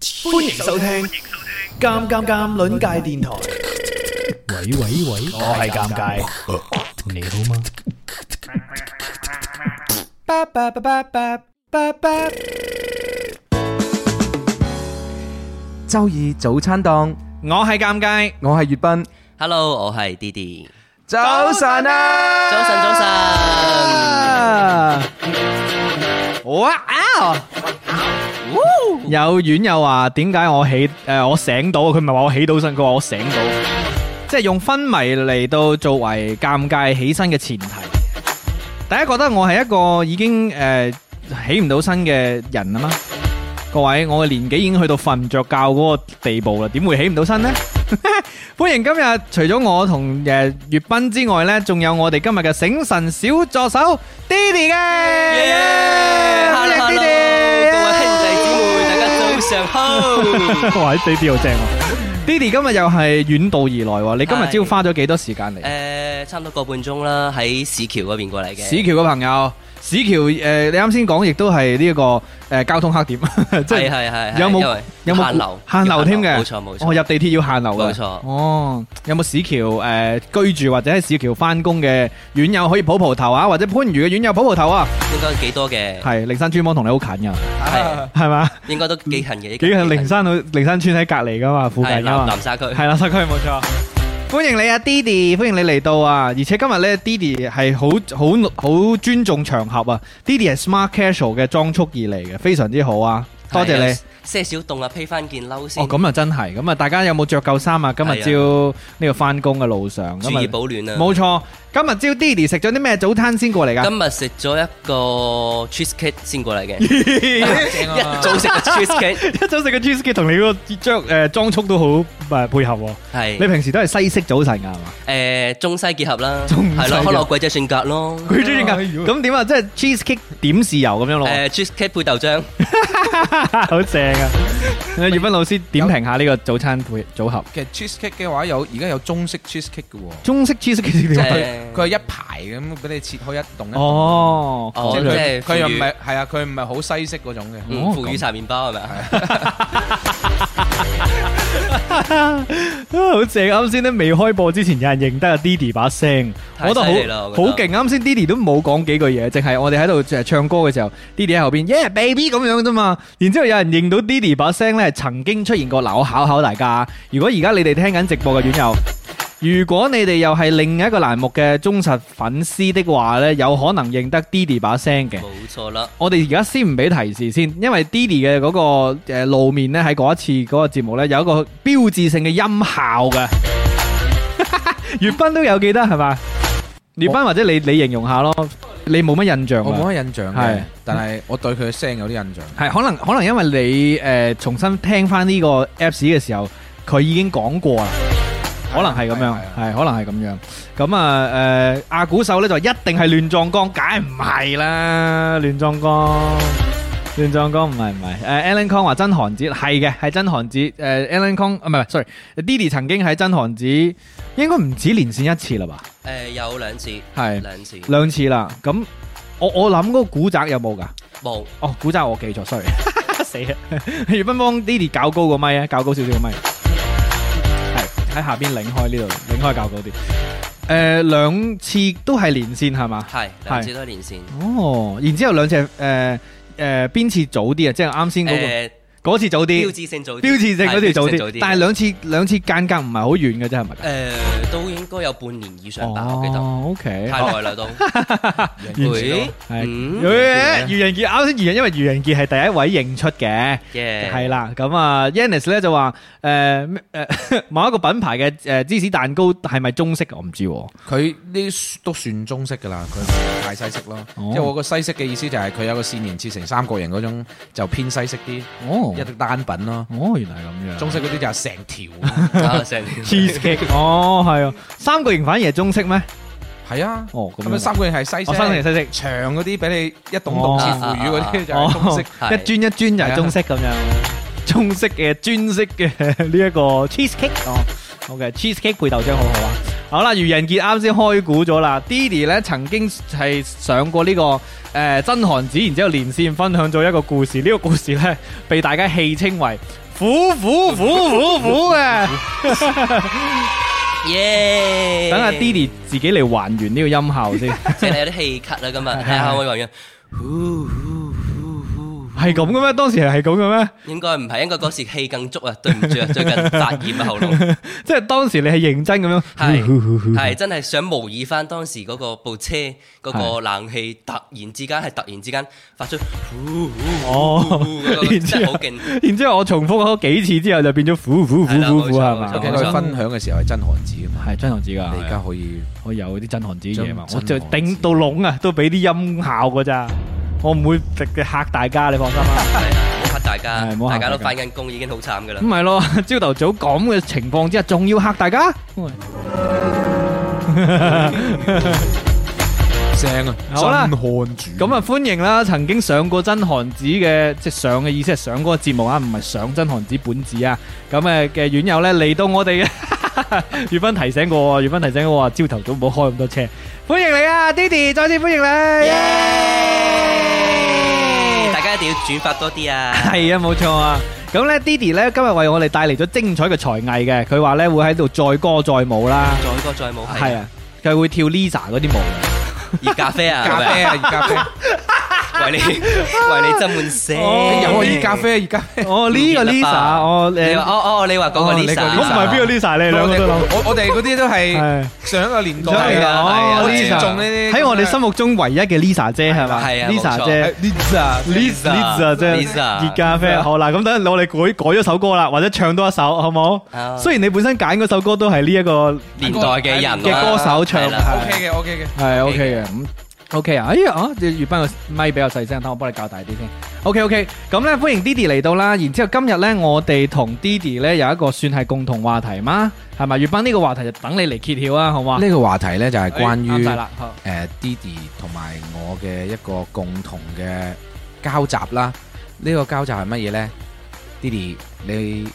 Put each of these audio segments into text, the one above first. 歡迎收聽《尷尷尷》鄰界電台。喂喂喂，我係尷尬，你好嗎？巴巴巴巴巴巴巴。周二早餐檔，我係尷尬，我係粵斌。 Hello，我係 Didi。早晨啊！早晨，早晨。哇啊！有院友話點解我起誒我醒到？佢唔係話我起到身，佢話我醒到，即係用昏迷嚟到作為尷尬起身嘅前提。大家覺得我係一個已經誒起唔到身嘅人啊嘛？各位，我嘅年紀已經去到瞓唔着覺嗰個地步啦，點會起唔到身呢？ 歡迎今日除咗我同誒粵斌之外呢，仲有我哋今日嘅醒神小助手 Didi 嘅，歡 Hello，Hello，各迎 Didi 位兄弟姊妹，大家早上好。哇！啲 Didi 好正喎，Didi 今日又係遠道而來喎，你今日朝係花咗幾多時間嚟？誒，差唔多個半鐘啦，喺市橋嗰邊過嚟嘅。市橋嘅朋友，市橋誒、呃你啱先講亦都係呢一個誒、呃交通黑點， 即係係係係，有冇因為有冇限流？限流添嘅？冇錯冇我入錯。地鐵要限流嘅。冇錯哦，有冇市橋誒、呃居住或者喺市橋翻工嘅院友可以抱蒲頭啊，或者番禺嘅院友抱蒲頭啊？應該幾多嘅？係靈山村幫同你好近㗎，係係嘛？應該都幾近嘅。幾近靈山到靈山村喺隔離㗎嘛，附近係㗎南嘛南。沙區。系啦，西區冇錯。啊歡迎你啊，Didi，歡迎你嚟到啊！而且今日咧，Didi 係好好好尊重場合啊，Didi 係 smart casual 嘅裝束而嚟嘅，非常之好啊！多謝你係。。些少凍啊，披翻件褸先哦，。咁啊真係，咁啊大家有冇着夠衫啊？今日朝呢個翻工嘅路上，注咁意啊保暖啊。冇錯。今日朝 Didi 食咗啲咩早餐先過嚟㗎？今日食咗一個 cheesecake 先過嚟嘅，一早食嘅 cheesecake 一早食嘅 cheesecake 同你嗰個着誒裝束都好誒配合喎。你係平時都係西式早晨㗎係嘛？誒中西結合啦，中西係結咯，合可樂鬼仔性格咯，佢中意㗎。咁點啊？即係 cheesecake 點豉油咁樣咯喎。誒 cheesecake 配豆漿， 好正啊！阿葉斌老師點評下呢個早餐配組合，其實 cheesecake 嘅話有而家有中式 cheesecake 嘅喎，中式 cheesecake 點配？誒佢係一排咁俾你切開一棟一棟。哦，哦即咁係樣即係佢佢又唔腐係係啊，佢唔係好西式嗰哦種嘅。嗯腐乳茶麵包係咪啊？啊好正！啱先咧未開播之前，有人認得阿 Didi 把聲，我覺太得好犀利啦我覺得好勁。啱先 Didi 都冇講幾句嘢，淨係我哋喺度誒唱歌嘅時候，Didi 喺後邊 Yeah baby 咁樣啫嘛。然之後有人認到 Didi 把聲咧，曾經出現過。嗱，我考考大家，如果而家你哋聽緊直播嘅院友。如果你哋又係另一個欄目嘅忠實粉絲的話呢有可能認得 Didi 把聲嘅。冇錯啦，我哋而家先唔俾提示先，因為 Didi 嘅嗰個呃路面咧喺嗰一次嗰個節目咧有一個標誌性嘅音效嘅。 粵斌都有記得係嘛？粵斌或者你你形容下咯，你冇乜印象我啊？冇乜印象係嘅，但係我對佢嘅聲有啲印象。係可能可能因為你誒、呃重新聽翻呢個 Apps 嘅時候，佢已經講過啦。可能係咁樣，係可能係咁樣。咁啊，誒、阿古手咧就一定係亂撞光，梗係唔係啦，亂撞光，亂撞光唔係唔係。誒、Alan 呃 Kong 話真寒子係嘅，係真寒子。誒、Alan Kong 啊唔係唔係，sorry，Didi 曾經喺真寒子應該唔止連線一次啦吧？誒有兩次，係兩次兩次啦。咁我我諗嗰個古宅有冇㗎？冇哦，古仔我記錯，sorry，死 啊！葉斌幫 Didi 搞高個咪啊，搞高少少個咪，係喺下邊擰開呢度，擰開較高啲。誒、兩次都係連線係嘛？係兩次都係連線。哦，然之後兩次誒誒邊次早啲啊？即係啱先嗰誒個嗰、次早標啲，誌性早啲，標誌性嗰次早係標誌性啲，但係兩次兩次間隔唔係好遠嘅啫，係咪？誒都應該有半年以上吧，我記得哦，OK，太耐啦都。原會係嗯誒愚人傑啱先愚人，因為愚人傑係第一位認出嘅。耶係啦，咁啊，Yannis 咧就話誒咩誒 某一個品牌嘅誒芝士蛋糕係咪中式啊嘅？我唔知喎。佢呢啲都算中式㗎啦，佢唔係太西式咯。哦即係我個西式嘅意思就係佢有個線形切成三角形嗰種，就偏西式啲，哦一啲單品咯。哦，原來係咁樣。中式嗰啲就係成條。哦啊成 cheesecake 哦，係啊，三角形反而係中式咩？係啊，哦咁樣咁樣三個人係西式，哦三角形西式長嗰啲俾你一棟棟切腐乳嗰啲就係啊中式。哦一磚一磚就係中式咁樣，中式嘅磚式嘅呢一個 cheesecake 哦。OK，cheesecake 配豆漿好好啊。好啦，愚人傑啱先開估咗啦，Didi 咧曾經係上過呢、個誒、呃真寒子，然之後連線分享咗一個故事，呢、個故事咧被大家戲稱為苦苦苦苦苦 嘅。耶！等阿 Didi 自己嚟還原呢個音效 先，即係有啲氣咳啦，今日睇下我個樣，係咁嘅咩？當時係咁嘅咩？應該唔係，應該嗰時氣更足啊，對唔住啊， 最近發炎啊喉 嚨，即係當時你係認真咁樣，係係真係想模擬翻當時嗰個部車嗰個冷氣突然之間係突然之間發出，哦， 然真之係好後，勁，然之後我重複咗幾次之後就變咗苦苦苦係啦苦冇苦係錯冇錯嘛？冇佢分享嘅時候係真寒子啊嘛，係真寒子㗎，你而家可以我有啲真寒子嘢嘛，真我就真寒子頂到籠啊，都俾啲音效㗎咋，我唔會直嘅嚇大家，你放心啊啦。係唔好嚇大家係唔，好嚇大家都大翻緊工已經好慘㗎啦 咁。咪咯，朝頭早咁嘅情況之下，仲要嚇大家， 正啊，好啦真汗主咁啊歡迎啦！曾經上過真寒子嘅，即係上嘅意思係上嗰個節目啊，唔係上真寒子本子啊。咁誒嘅院友呢，嚟到我哋嘅 月芬提醒過我，月芬提醒我話朝頭早唔好開咁多車。歡迎你啊，Didi，再次歡迎你。大家一定要轉發多啲啊！係啊，冇錯啊。咁呢 Didi 呢，今日為我哋帶嚟咗精彩嘅才藝嘅，佢話呢會喺度載歌載舞啦，再歌再舞係，啊，佢會跳 Lisa 嗰啲舞嘅。熱咖啡 啊，咖啡啊，熱咖啡， 係咪為你為你斟滿些。哦有啊，熱咖啡，熱咖啡。哦，呢個唔記得 Lisa，吧哦誒你話哦哦，你話嗰個哦你個 Lisa，我唔係邊個 Lisa，你啊兩個都諗。我我哋嗰啲都係係上一個年代上一個嘅係啊係啊哦我係尊啊重呢，Lisa 啲喺我哋心目中唯一嘅 Lisa 姐係嘛係啊？Lisa 姐。 Lisa Lisa Lisa 姐 Lisa 熱咖啡好啦，咁等陣我哋改改咗首歌啦，或者唱多一首好冇？啊雖然你本身揀嗰首歌都係呢一個年代嘅人啊嘅歌手唱係啦 OK 嘅 OK 嘅，係 OK OK 嘅，咁 OK 啊！哎呀，啊，月斌個咪比較細聲，等我幫你較大啲先。OK OK，咁咧歡迎 Didi 嚟到啦。然之後今日咧，我哋同 Didi 咧有一個算係共同話題嘛，係咪？月斌呢個話題就等你嚟揭曉啊，好嘛？呢個話題咧就係關哎啱於晒啦，好誒 Didi 同埋我嘅一個共同嘅交集啦。呢個交集係乜嘢咧？Didi，你平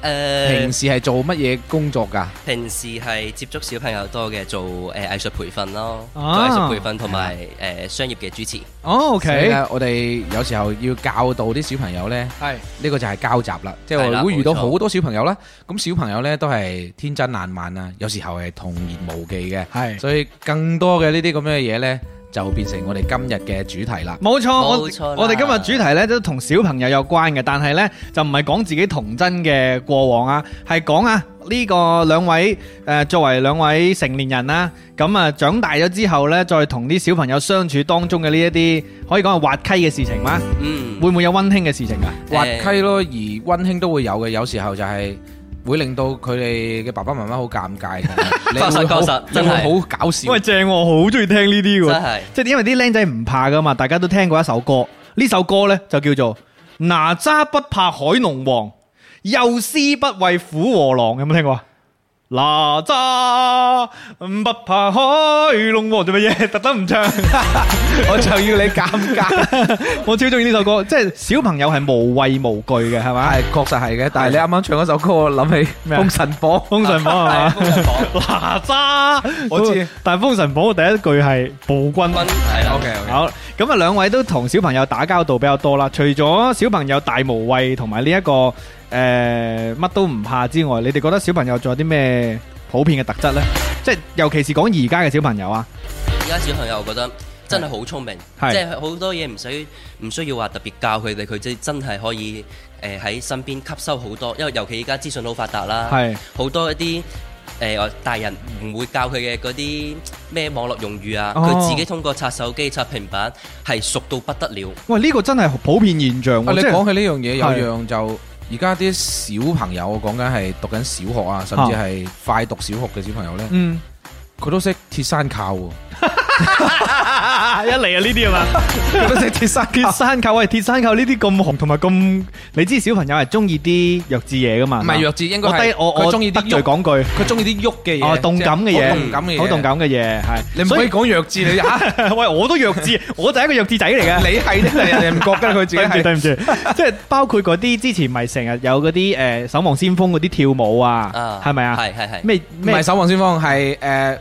誒，時係做乜嘢工作㗎？平時係接觸小朋友多嘅，做誒藝術培訓咯，做啊藝術培訓同埋誒商業嘅主持。哦所以，OK，呢我哋有時候要教導啲小朋友咧，係呢個就係交集啦，即係係話啦會遇到冇好錯多小朋友啦。咁小朋友咧都係天真爛漫啊，有時候係童言無忌嘅，係，所以更多嘅呢啲咁樣嘅嘢咧，就變成我哋今日嘅主題啦。冇錯。冇錯我啦我哋今日主題咧都同小朋友有關嘅，但係咧就唔係講自己童真嘅過往啊，係講啊呢個兩位誒、呃作為兩位成年人啦，咁啊長大咗之後咧，再同啲小朋友相處當中嘅呢一啲可以講係滑稽嘅事情嗎？嗯，會唔會有温馨嘅事情啊？誒滑稽咯，而温馨都會有嘅。有時候就係會令到佢哋嘅爸爸媽媽好尷尬，你確實會好確實你真係會好搞 笑。喂，正喎我好中意聽呢啲真喎。係即係因為啲僆仔唔怕噶嘛，大家都聽過一首歌，呢首歌呢就叫做《哪吒不怕海龍王，幼獅不畏虎和狼》，有冇聽過啊？哪吒不怕海龍王做乜嘢？特登唔 唱，我就要你尷尬，我超中意呢首歌，即係小朋友係無畏無懼嘅，係嘛？ 係確實係嘅。但係你啱啱唱嗰首歌，我諗起《咩啊封神榜》， 封神榜係 嘛？風神榜哪吒，我知，但係封神榜嘅第一句係暴君。軍係 啦 OK，OK 好，咁啊，兩位都同小朋友打交道比較多啦。除咗小朋友大無畏同埋呢一個诶乜、都唔怕之外，你哋覺得小朋友仲有啲咩普遍嘅特質呢？即係尤其是講而家嘅小朋友啊，而家小朋友，我覺得真係好聰明，係即係好多嘢唔使唔需要話特別教佢哋，佢即係真係可以誒喺身邊吸收好多，因為尤其而家資訊好發達啦，係好多一啲誒、呃大人唔會教佢嘅嗰啲咩網絡用語啊，哦佢、自己通過刷手機、刷平板係熟到不得了。喂呢、個真係普遍現象啊！喎，你即係講起呢樣嘢，有係樣就而家啲小朋友，我講緊係讀緊小學啊，甚至係快讀小學嘅小朋友咧，嗯，佢都識鐵山靠喎，一嚟啊呢 啲啊嘛，佢都識鐵山鐵山扣喂鐵山扣呢啲咁紅同埋咁，你知小朋友係中意啲弱智嘢噶嘛？唔係弱智，應該我低係我佢我中意得啲罪喐，講句，佢中意啲喐嘅嘢，哦動感嘅即係嘢，好動感嘅嘢，好動。感嘅嘢係，你唔所以可以講弱 智，你嚇喂，我都弱智，我就係一個弱智仔嚟 嘅。你係啫，人哋唔覺得佢自己對唔住 對係。唔住，即係包括嗰啲之前咪成日有嗰啲誒守望先鋒嗰啲跳舞啊啊，係咪啊？係係係。咩唔係咩守望先鋒，係誒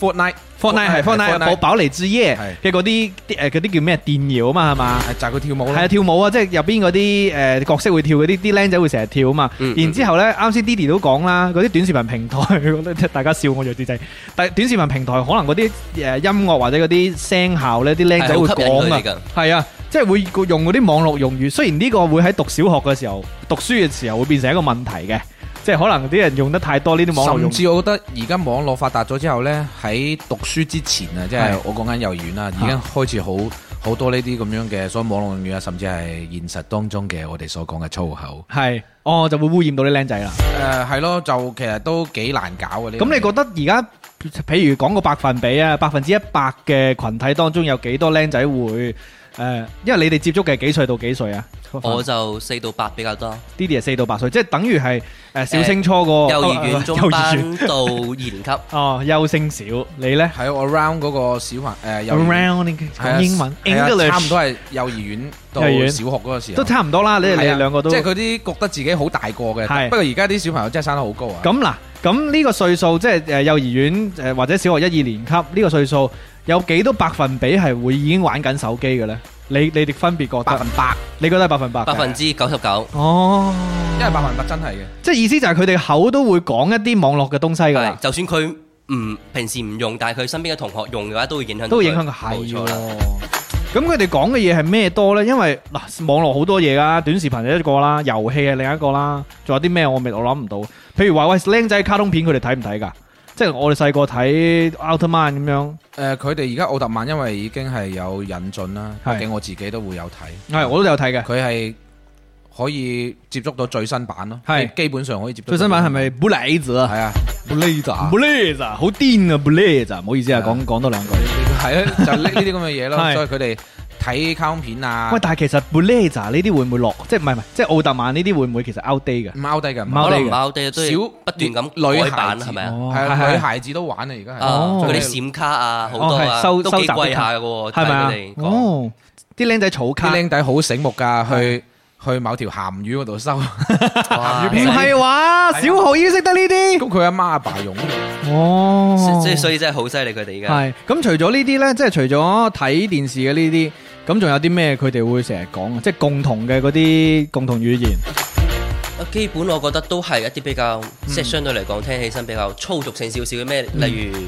Fortnite Fortnite 係 Fortnite 係寶寶嚟之夜嘅係嗰啲啲誒嗰啲叫咩電搖啊嘛係嘛？係就係佢跳舞係啊，啦。跳舞啊，即係入邊嗰啲誒角色會跳嗰啲，啲僆仔會成日跳啊嘛。嗯然之後呢，啱先 Didi 都講啦，嗰啲短視頻平台，我覺得大家笑我弱智仔。但係短視頻平台可能嗰啲誒音樂或者嗰啲聲效呢，啲僆仔會講啊。係好吸引佢哋㗎。係啊，即係會用嗰啲網絡用語。雖然呢個會喺讀小學嘅時候、讀書嘅時候會變成一個問題嘅，即係可能啲人用得太多呢啲網絡用甚語。至我覺得而家網絡發達咗之後呢，喺讀書之前啊，即係係我講緊幼兒園啊啦，已經開始好好多呢啲咁樣嘅，所以網絡用語啊，甚至係現實當中嘅我哋所講嘅粗口。係，哦就會污染到啲僆仔啦。誒係啊咯，就其實都幾難搞啊嘅呢樣嘢。咁你覺得而家譬如講個百分比啊，百分之一百嘅群體當中有幾多僆仔會誒、呃因為你哋接觸嘅幾歲到幾歲啊？我就四到八比較多，呢啲係四到八歲，即係等於係誒小升初個哦幼兒園中幼兒園班到二年級， 哦，優升小你呢喺 around 嗰個小朋誒幼兒園 Around 你係啊講英文係啊差唔，English 多係幼兒園到幼兒園小學嗰個時候都。差唔多啦。你哋你係啊哋兩個都即係佢啲覺得自己好大個嘅，係不過而家啲小朋友真係生得好高啊！咁嗱，咁呢個歲數即係呃誒幼兒園誒或者小學一二年級呢個歲數，有幾多百分比係會已經玩緊手機嘅呢？你你哋分別覺百得分？百，你覺得係百分百嘅？百分之九十九。哦，因為百分百真係嘅。即係意思就係佢哋口都會講一啲網絡嘅東西㗎係啦，就算佢唔平時唔用，但係佢身邊嘅同學用嘅話，都會影響到佢，都會影響佢冇係啊錯喎啦。。咁佢哋講嘅嘢係咩多呢？因為嗱，網絡好多嘢㗎，短視頻係一個啦，遊戲係另一個啦，仲有啲咩我未我諗唔到。譬如話喂，僆仔卡通片佢哋睇唔睇㗎？即係我哋細個睇奧特曼咁樣，誒，呃佢哋而家奧特曼因為已經係有引進啦，係畢竟我自己都會有睇。係我都有睇嘅。佢係可以接觸到最新版咯，係基本上可以接觸到最新版係咪？布雷子啊？係啊 b l a d e 布雷子啊好癲啊！布雷子啊，唔好意思啊，係啊講講多兩句。係啊，就呢呢啲咁嘅嘢咯。係所以佢哋睇卡通片啊喂，，但係其實布雷子啊呢啲會唔會落？即係唔係唔係？即係奧特曼呢啲會唔會其實 out date 㗎？唔 out 低嘅，唔貓 out 可低能係嘅唔係我哋都要小不斷女咁改版孩子係咪啊？哦係啊，係女孩子都玩啊，而家係啊，哦嗰最啲靚閃卡啊，好多哦係啊，收都收集幾貴啲下嘅喎，係咪啊睇佢哋？講哦，啲僆仔儲啲卡，唔僆仔好醒目㗎，去去某條鹹魚嗰度收， 咁哇係啊話小學已經識得呢啲。佢阿媽阿爸用。哦所以所以真係好犀利佢哋而家。係咁，除咗呢啲呢，即係除咗睇電視嘅呢啲，咁仲有啲咩佢哋會成日講啊？即係共同嘅嗰啲共同語言。基本我覺得都係一啲比較，即係相對嚟講聽起身比較粗俗性少少嘅咩，例如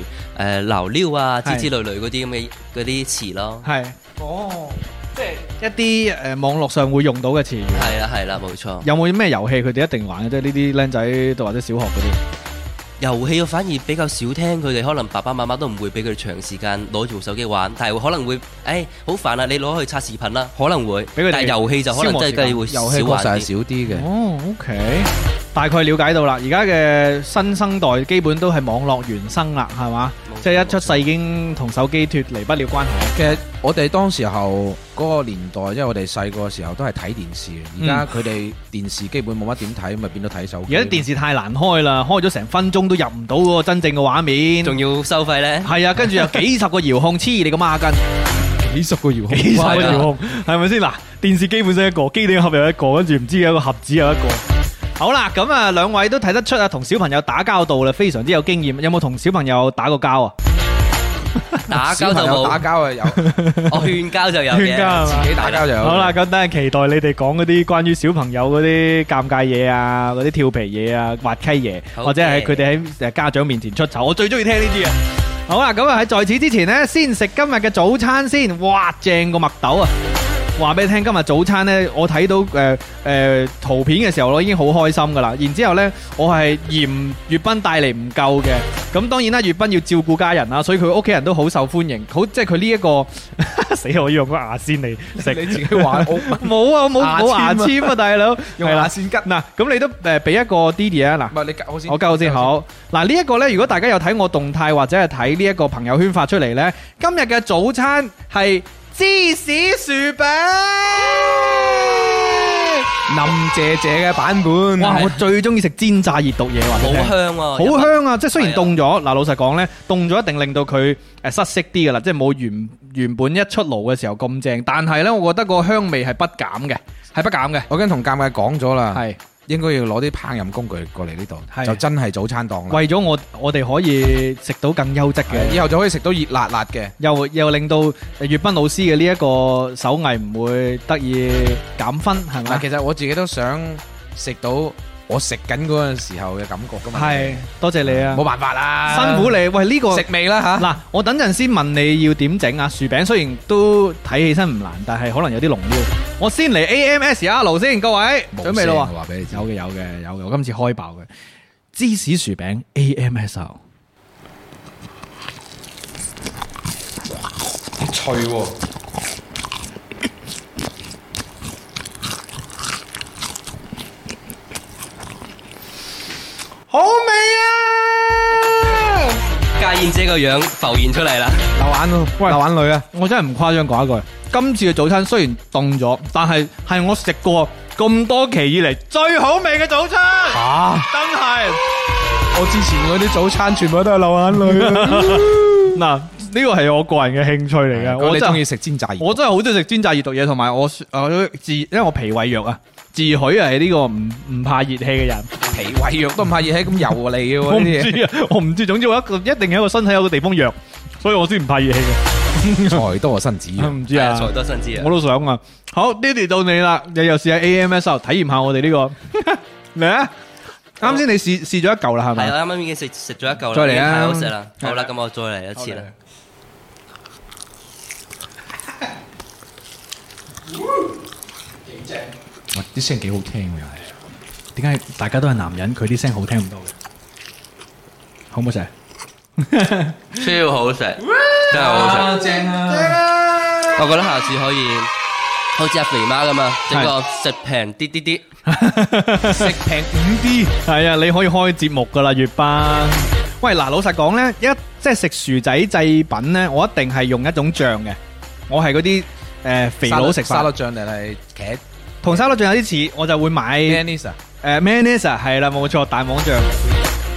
誒流撩啊之係之類類嗰啲咁嘅嗰啲詞咯。係哦，即係一啲誒網絡上會用到嘅詞語。係啦係啦，冇錯。有冇咩遊戲佢哋一定玩嘅？即係呢啲僆仔或者小學嗰啲。遊戲我反而比較少聽，佢哋可能爸爸媽媽都唔會俾佢哋長時間攞住部手機玩，但係可能會，誒好煩啊！你攞去刷視頻啦，可能會，俾佢哋但係遊戲就可能真係會遊戲少確實玩啲。係少啲嘅。哦，OK，大概了解到啦。而家嘅新生代基本都係網絡原生啦，係嘛冇？錯即係一出世已經同手機脱離不了關係。其實我哋當時候嗰個年代，因為我哋細個嘅時候都係睇電視嘅，而家佢哋電視基本冇乜點睇，咪變咗睇手而機。家啲電視太難開啦，開咗成分鐘都入唔到嗰個真正嘅畫面。仲要收費呢？ 係啊，跟住有幾十個遙控黐你個孖筋，幾十個遙控，幾十個係啊遙控係咪先？嗱，電視基本上一個，機頂盒有一個，跟住唔知有一個盒子有一個。好啦，咁啊，兩位都睇得出啊，同小朋友打交道啦，非常之有經驗。有冇同小朋友打過交啊？打交小就朋友打冇，交啊，有自我 勸交啊就有勸交嘅。係嘛？己打交就有。 好啦，，咁等陣期待你哋講嗰啲關於小朋友嗰啲尷尬嘢啊，嗰啲調皮嘢啊，滑稽嘢，好嘅或者係佢哋喺誒家長面前出醜，我最中意聽呢啲啊！好啦，咁啊喺在此之前呢，先食今日嘅早餐先，哇，正個麥豆啊！話俾你聽，今日早餐呢，我睇到誒誒、呃呃圖片嘅時候，我已經好開心噶啦。然之後呢，我係嫌粵斌帶嚟唔夠嘅。咁當然啦，粵斌要照顧家人啦，所以佢屋企人都好受歡迎。好，即係佢呢一個啊死我要用個牙線嚟食。 你自己玩， 我唔冇啊，冇牙冇籤啊牙籤啊，大 佬。用係啦牙線吉。嗱，咁你都誒俾一個 Didi 啊，嗱。係你教我先，我夠先。好。嗱，呢一個呢，如果大家有睇我動態或者係睇呢一個朋友圈發出嚟呢，今日嘅早餐係芝士薯餅。林姐姐嘅版本，哇！我最中意食煎炸熱毒嘢，話你聽好香喎，好香啊！即係雖然係啊凍咗，嗱老實講呢，凍咗一定令到佢誒失色啲噶啦，即係冇原原本一出爐嘅時候咁正。但係呢，我覺得個香味係不減嘅，係不減嘅。我已經同尷尬講咗啦，係應該要攞啲烹飪工具過嚟呢度，係就真係早餐檔啦。為咗我我哋可以食到更優質係以嘅，後就可以食到熱辣辣嘅。又又令到粵斌老師嘅呢一個手藝唔會得以減分，係嗱，咪？其實我自己都想食到我食緊嗰陣時候嘅感覺噶嘛。係，多謝你啊冇，辦法啦，辛苦你。喂，呢個食味啦吓。嗱，我等陣先問你要點整啊？薯餅雖然都睇起身唔難，但係可能有啲龍腰。我先嚟 AMSR 先，各位準備咯冇聲啊話俾你知有。嘅有嘅有嘅，我今次開爆嘅芝士薯餅 AMSR。脆喎，好味啊！家燕姐個樣浮現出嚟啦，流眼咯，喂流眼淚啊！我真係唔誇張講一句，今次嘅早餐雖然凍咗，但係係我食過咁多期以嚟最好味嘅早餐，啊！真係。我之前嗰啲早餐全部都係流眼 淚啊！嗱，呢個係我個人嘅興趣嚟嘅，我真你中係意食煎炸熱？我真係好中意食煎炸熱毒嘢，同埋我誒自，因為我脾胃弱啊，自詡係呢個唔唔怕熱氣嘅人。脾胃弱都唔怕熱氣，咁油嚟嘅我喎唔呢啲嘢。知啊，我 唔知，總之我一個一定係一個身體有個地方弱，所以我先唔怕熱氣嘅。 財多身子弱，唔知啊，財多身知啊我！都想啊。好，呢啲到你啦，你又試下 AMS 啊體驗下我哋呢個 嚟啊！啱先你試試咗一嚿啦，係係咪？啊，啱啱已經食食咗一嚿啦，再嚟啊已經太好食啦！好啦，咁我再嚟一次啊啦。喂啲聲幾好聽喎，又係。點解大家都係男人，佢啲聲好聽唔到嘅？好唔好食？超好食，真係好好食，正啊！我覺得下次可以好似阿肥媽咁啊，整個食平啲啲啲。 食平五 D，系啊，你可以開節目噶啦，月班。喂，嗱，老實講呢，一即係食薯仔製品呢，我一定係用一種醬嘅，我係嗰啲诶肥佬食沙法律，醬定係茄同沙律醬有啲似，我就會買 m a n i s 啊？诶 mayonnaise 啊係啦，冇錯，蛋黃醬。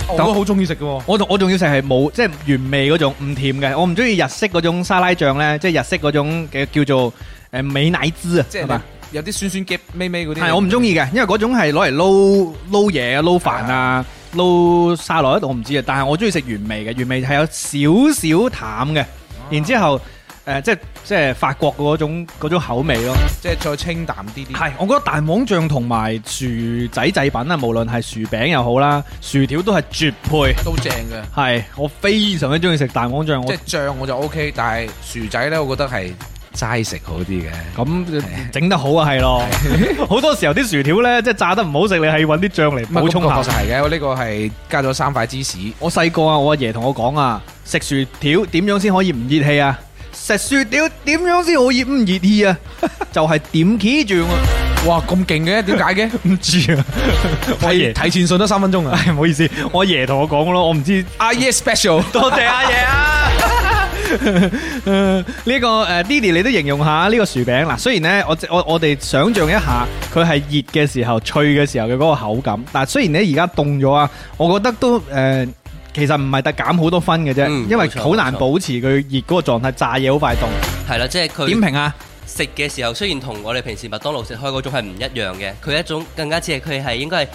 我都好中意食嘅喎。我仲我仲要食係冇即係原味嗰種，唔甜嘅，我唔中意日式嗰種沙拉醬呢，即係日式嗰種嘅叫做诶美奶滋啊，即係係嘛？有啲酸酸夾咪咪嗰啲。係我唔中意嘅，因為嗰種係攞嚟撈撈嘢啊、撈飯啊、撈沙律，我唔知啊。但係我中意食原味嘅，原味係有少少淡嘅，然之後誒、呃即係即係法國嗰種嗰種口味咯。即係再清淡啲啲。係，我覺得蛋黃醬同埋薯仔製品啊，無論係薯餅又好啦，薯條都係絕配。都正嘅。係，我非常之中意食蛋黃醬。我即係醬我就 O K，但係薯仔咧，我覺得係齋食好啲嘅。咁 整得好啊，係咯。好多時候啲薯條呢，即係炸得唔好食，你係揾啲醬嚟補充咁下確。實係嘅，我呢個係加咗三塊芝士。我細個啊，我阿爺同我講啊，食薯條點樣先可以唔熱氣啊？食薯條點樣先可以唔熱氣啊？就係點起醬啊！哇，咁勁嘅，點解嘅？ 唔知啊， 我阿睇爺，睇前信得三分鐘啊！唉，唔好意思，我阿爺同我講咯，我唔知。阿耶 E special，多謝阿爺 啊！呃呢個誒 Ờ, Didi，你都形容下呢個薯餅嗱，雖然呢，我我我哋想像一下，佢係熱嘅時候、脆嘅時候嘅嗰個口感，但雖然呢而家凍咗啊，我覺得都誒、呃其實唔係特減好多分嘅啫，嗯因為冇錯好難冇錯保持佢熱嗰個狀態，炸嘢好快凍。係啦，即係點佢評啊？食嘅時候，雖然同我哋平時麥當勞食開嗰種係唔一樣嘅，佢一種更加似係佢係應該係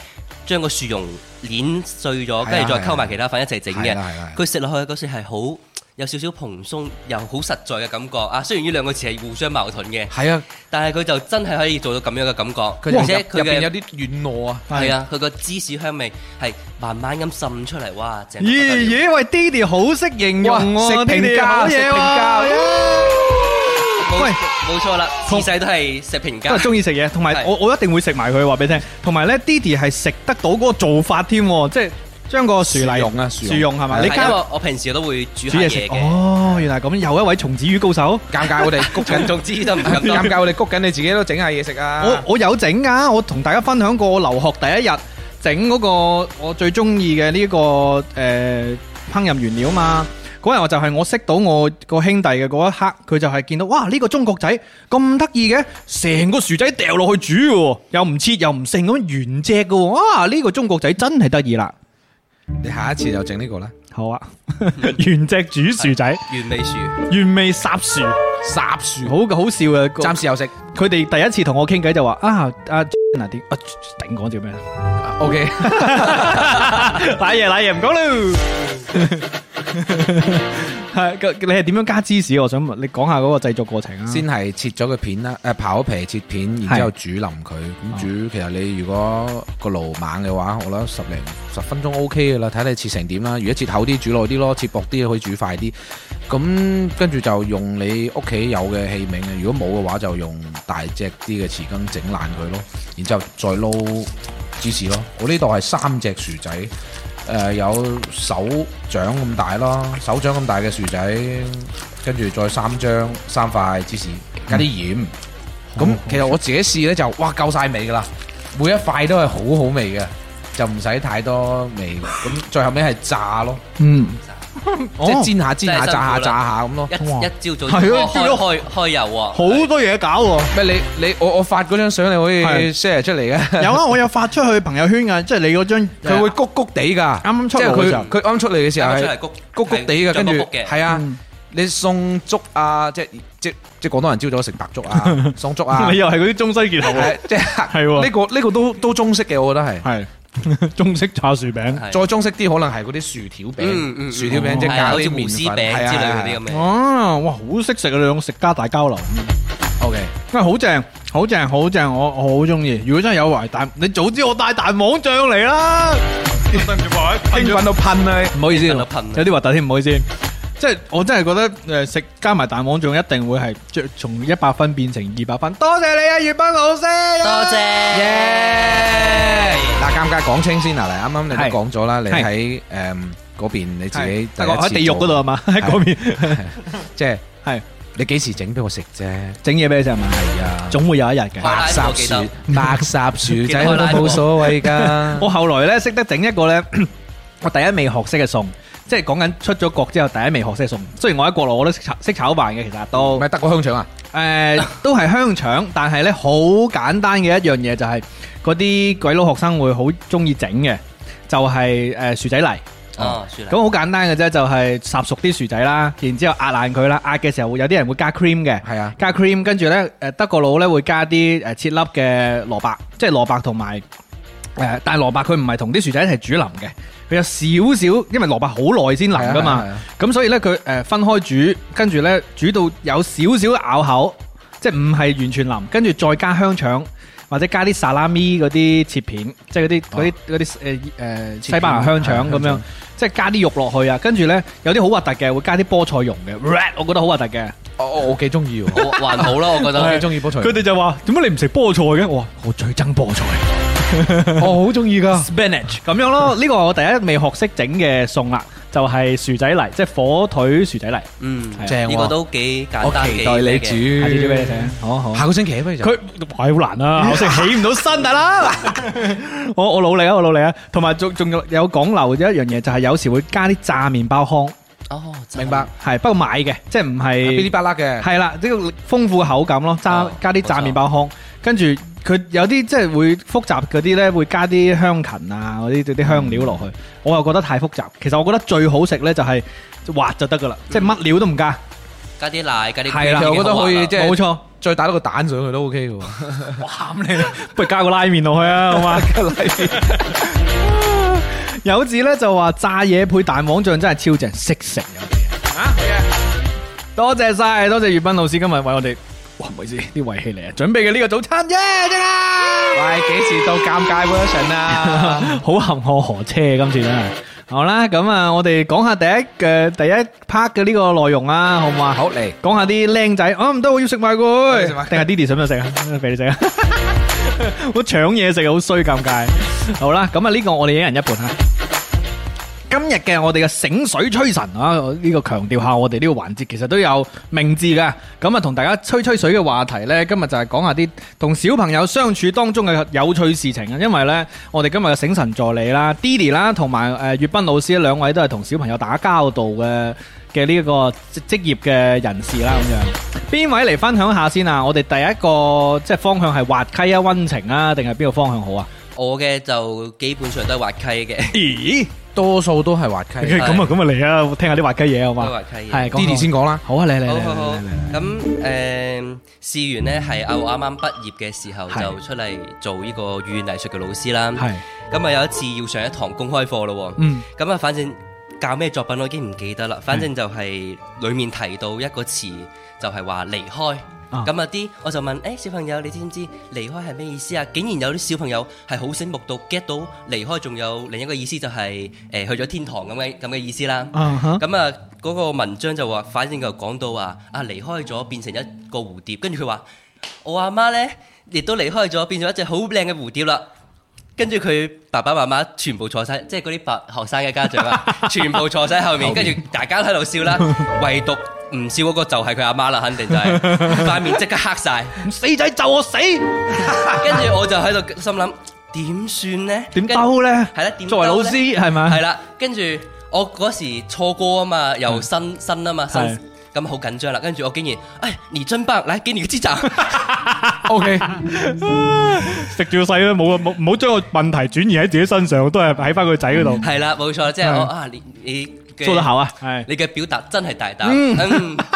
將個薯蓉碾碎咗，跟住再溝埋其他粉一齊整啊係嘅啦。係啦。佢食落去嗰時係好有少少蓬鬆又好實在嘅感覺啊！雖然呢兩個字係互相矛盾嘅，係啊，但係佢就真係可以做到咁樣嘅感覺，佢入而且佢入邊有嘅啲軟糯啊。係啊，佢個芝士香味係慢慢咁滲出嚟，哇！正到不得咦了咦，喂，Didi 好識形容哇喎，食 Didi，評價好食嘢評喎價冇喂冇錯啦，自同細都係食評都係家，中意食嘢，同埋係我我一定會食埋佢，話俾你聽。同埋咧，Didi 係食得到嗰個做法添喎，即係將個薯薯泥蓉啊薯蓉蓉係咪？係你係因加為我平時都會煮煮下嘢嘢食嘅，哦，原來咁，又一位松子魚高手。尷尬，我哋谷 緊咁，總之都唔 敢尷當。尬，我哋谷緊，你自己都整下嘢食啊。我我有整噶，我同大家分享過我留學第一日整嗰個我最中意嘅呢個誒、呃烹飪原料嘛。嗰日我就係我識到我個兄弟嘅嗰一刻，佢就係見到哇呢、個中國仔咁得意嘅，成個薯仔掉落去煮嘅喎，又唔切又唔剩 咁樣原隻嘅喎，啊呢、個中國仔真係得意啦！你下一次就整呢個啦。好好啊，原隻煮薯仔，原味薯，原味霎薯，霎樹，好好笑嘅。個暫時又食佢哋第一次同我傾偈就話啊啊嗱啲啊頂講叫咩？ ，OK， 濑嘢濑嘢唔講 咯。係咁你係點樣加芝士？我想問你講下嗰個製作過程啊。 先係切咗個片啦，誒刨咗皮切片，然之後煮腍佢，哦咁煮其實你如果個爐猛嘅話，我覺得十零十分鐘 OK 嘅啦，睇你切成點啦。如果切厚啲煮耐啲咯，切薄啲可以煮快啲。咁跟住就用你屋企有嘅器皿嘅，如果冇嘅話就用大隻啲嘅匙羹整爛佢咯，然之後再撈芝士咯。我呢度係三隻薯仔，誒、呃有手掌咁大啦，手掌咁大嘅薯仔，跟住再三張三塊芝士，加啲鹽。咁、其實我自己試呢，就哇夠晒味㗎啦，每一塊都係好好味嘅，就唔使太多味。咁最後尾係炸咯，嗯，即哦係煎下煎下真係辛苦炸啦下炸下咁咯。哇一一朝早係咯朝早開開開油喎，好多嘢搞 喎。咩？你你我我發嗰張相你可以係 share 出 嚟嘅，有啊，我有發出去朋友圈噶， 即係你嗰張佢會谷谷地啱㗎。啱出即係爐嘅時候佢佢啱出嚟嘅時候出係嚟谷谷谷地係嘅，跟住將個谷嘅係啊嗯，你送粥啊，即係即即係廣東人朝早食白粥 啊，送粥啊你，又係嗰啲中西結合喎係即係係喎呢個呢個都都中式嘅，我覺得係。係 中式炸薯餅。係再中式啲可能係嗰啲薯條嗯嗯餅，薯條餅即係係加好啲似胡麵絲粉餅之類嗰啲咁。嘅。哦，哇，好識食啊！兩個食家大交流， O K，喂，好正，好正，好正，我我好中意。如果真係有圍蛋，你早知我帶蛋網醬嚟啦。興奮到噴啊！唔好意思，有噴有啲核突添，唔好意思。即係我真係覺得誒食加埋蛋網醬一定會係即係從一百分變成二百分。多謝你啊，粵斌老師。多謝。嗱，尷尬講清先嗱，嚟啱啱係你都講咗啦，你係喺誒嗰邊你自己係得我喺地獄嗰度係嘛？喺係嗰邊即係係你幾時整俾我食啫？係整嘢俾你食係嘛？啊。總會有一日嘅。哇白霎薯，白霎 薯仔我我都都冇冇所 謂噶。我後來咧識得整一個咧， 我第一味學識嘅餸，即係講緊出咗國之後第一味學識嘅餸。雖然我喺國內我都識炒識炒飯嘅，其實都唔係德國香腸啊，誒都係香腸，但係咧好簡單嘅一樣嘢就係嗰啲鬼佬學生會好中意整嘅，就係誒薯仔泥。哦，算啦咁。好簡單嘅啫，就係烚熟啲薯仔啦，然之後壓爛佢啦。壓嘅時候會有啲人會加 cream 嘅，係啊，加 cream，跟住呢，誒德國佬呢會加啲呃誒切粒嘅蘿蔔，即係蘿蔔同埋誒，但係蘿蔔佢唔係同啲薯仔一齊煮腍嘅，佢有少少，因為蘿蔔好耐先腍噶嘛係啊係啊係啊，咁所以呢，佢誒分開煮，跟住呢煮到有少少咬口，即係唔係完全腍，跟住再加香腸。或者加啲沙拉咪嗰啲切片，即係嗰啲嗰啲嗰啲誒誒西班牙香腸咁哦係香樣腸，即係加啲肉落去啊！跟住呢，有啲好核突嘅，會加啲菠菜蓉嘅 red，我覺得好核突嘅。我我我幾中意喎，我還好啦，我覺我幾得。中意菠菜，佢哋就話：點解你唔食菠菜嘅？我話我最憎菠菜我好中意噶。 spinach 咁樣咯。呢個我第一未學識整嘅餸啦，就係薯仔泥，即係火腿薯仔泥。嗯，係啊正喎呢個都幾簡我單，期待幾你咩嘅。下次煮俾你煮，食，好好。下個星期不如就佢係好難啊，我識起唔到身大啦。 我我努力啊，我努力啊。同埋仲仲有有講漏一樣嘢，就係有時會加啲炸麵包糠，哦，真係明白，係不過買嘅，即係唔噼係里。啪啦嘅，係啦，呢個豐富口感咯，加哦加啲炸冇錯麵包糠，跟住佢有啲即係會複雜嗰啲呢，會加啲香芹啊嗰啲嗰嗯啲香料落去，我又覺得太複雜。其實我覺得最好食呢就係滑就得噶啦，嗯即係乜料都唔加，加啲奶，加啲係啦其實我覺得可以即係冇錯。再打多個蛋上去都 OK 嘅喎。 不如加個拉麵落去 啊，好嘛？有字呢就話炸嘢配蛋黃醬真係超正，識食有啲嘢。啊多謝晒，多謝粵斌老師今日為我哋，哇唔好意思，啲遺棄嚟啊，準備嘅呢個早餐耶，正啊！喂，幾時到尷尬 version 啊？好含我何車今次真係。好啦，咁啊，我哋講下第一嘅第一 part 嘅呢個內容啊，好唔好啊？ 好嚟，講下啲靚仔，啊唔得，我要食埋佢你食埋，佢定係 Didi 想唔想食啊？ 俾你食啊！我搶嘢食，好衰尷尬。好啦，咁啊呢個我哋一人一半啊。今日嘅我哋嘅醒水吹神啊，呢、個強調下，我哋呢個環節其實都有名字噶。咁啊，同大家吹吹水嘅話題呢，今日就係講下啲同小朋友相處當中嘅有趣事情啊。因為呢，我哋今日嘅醒神助理啦、Didi 啦，同埋誒粵斌老師兩位都係同小朋友打交道嘅嘅呢個職職業嘅人士啦，咁樣邊位嚟分享下先啊？我哋第一個即係方向係滑稽啊、温情啊，定係邊個方向好啊？我嘅就基本上都係滑稽嘅，咦，多數都係滑 稽。咁啊咁啊嚟啊，聽下啲滑稽嘢好都嘛？滑稽系嘅。 Didi 先講啦，好啊，嚟嚟好嚟好好嚟嚟，咁誒試完咧係我啱啱畢業嘅時候係就出嚟做呢個語言藝術嘅老師啦。嚟，系咁啊有一次要上一堂公開課咯喎，嗯咁啊反正教咩作品我已經唔記得啦，反正就係裡面提到一個詞就係話離開。啊咁啊啲我就問，誒、小朋友你知唔知離開係咩意思啊？竟然有啲小朋友係好醒目到 get 到離開，仲有另一個意思就係、誒、去咗天堂咁嘅咁嘅意思啦。啊哈咁啊，嗰個文章就話，反正就講到話啊離開咗變成一個蝴蝶，跟住佢話我阿媽呢，亦都離開咗，變咗一隻好靚嘅蝴蝶啦。跟住佢爸爸媽媽全部坐晒，即係嗰啲白學生嘅家 長啊，全部坐晒後面，跟住大家喺度笑啦，唯獨唔笑嗰個就係佢阿媽啦，肯定 就係塊面即刻黑晒。死仔就我死，跟住我就喺度心諗點算呢？點跟兜咧？係啦點作為老兜呢師係系咪？啦，跟住我嗰時錯過啊嘛，又新新啊嘛，新嗯係咁好緊張啦。跟住我竟然，哎，你真棒，嚟給你個 擊掌。 ，OK，食住個勢啦，冇啊，冇唔好將個問題轉移喺自己身上，都係喺翻個仔嗰度係啦，冇錯，即係我係啊，你你嘅做得好啊，係。你嘅表達真係大膽。嗯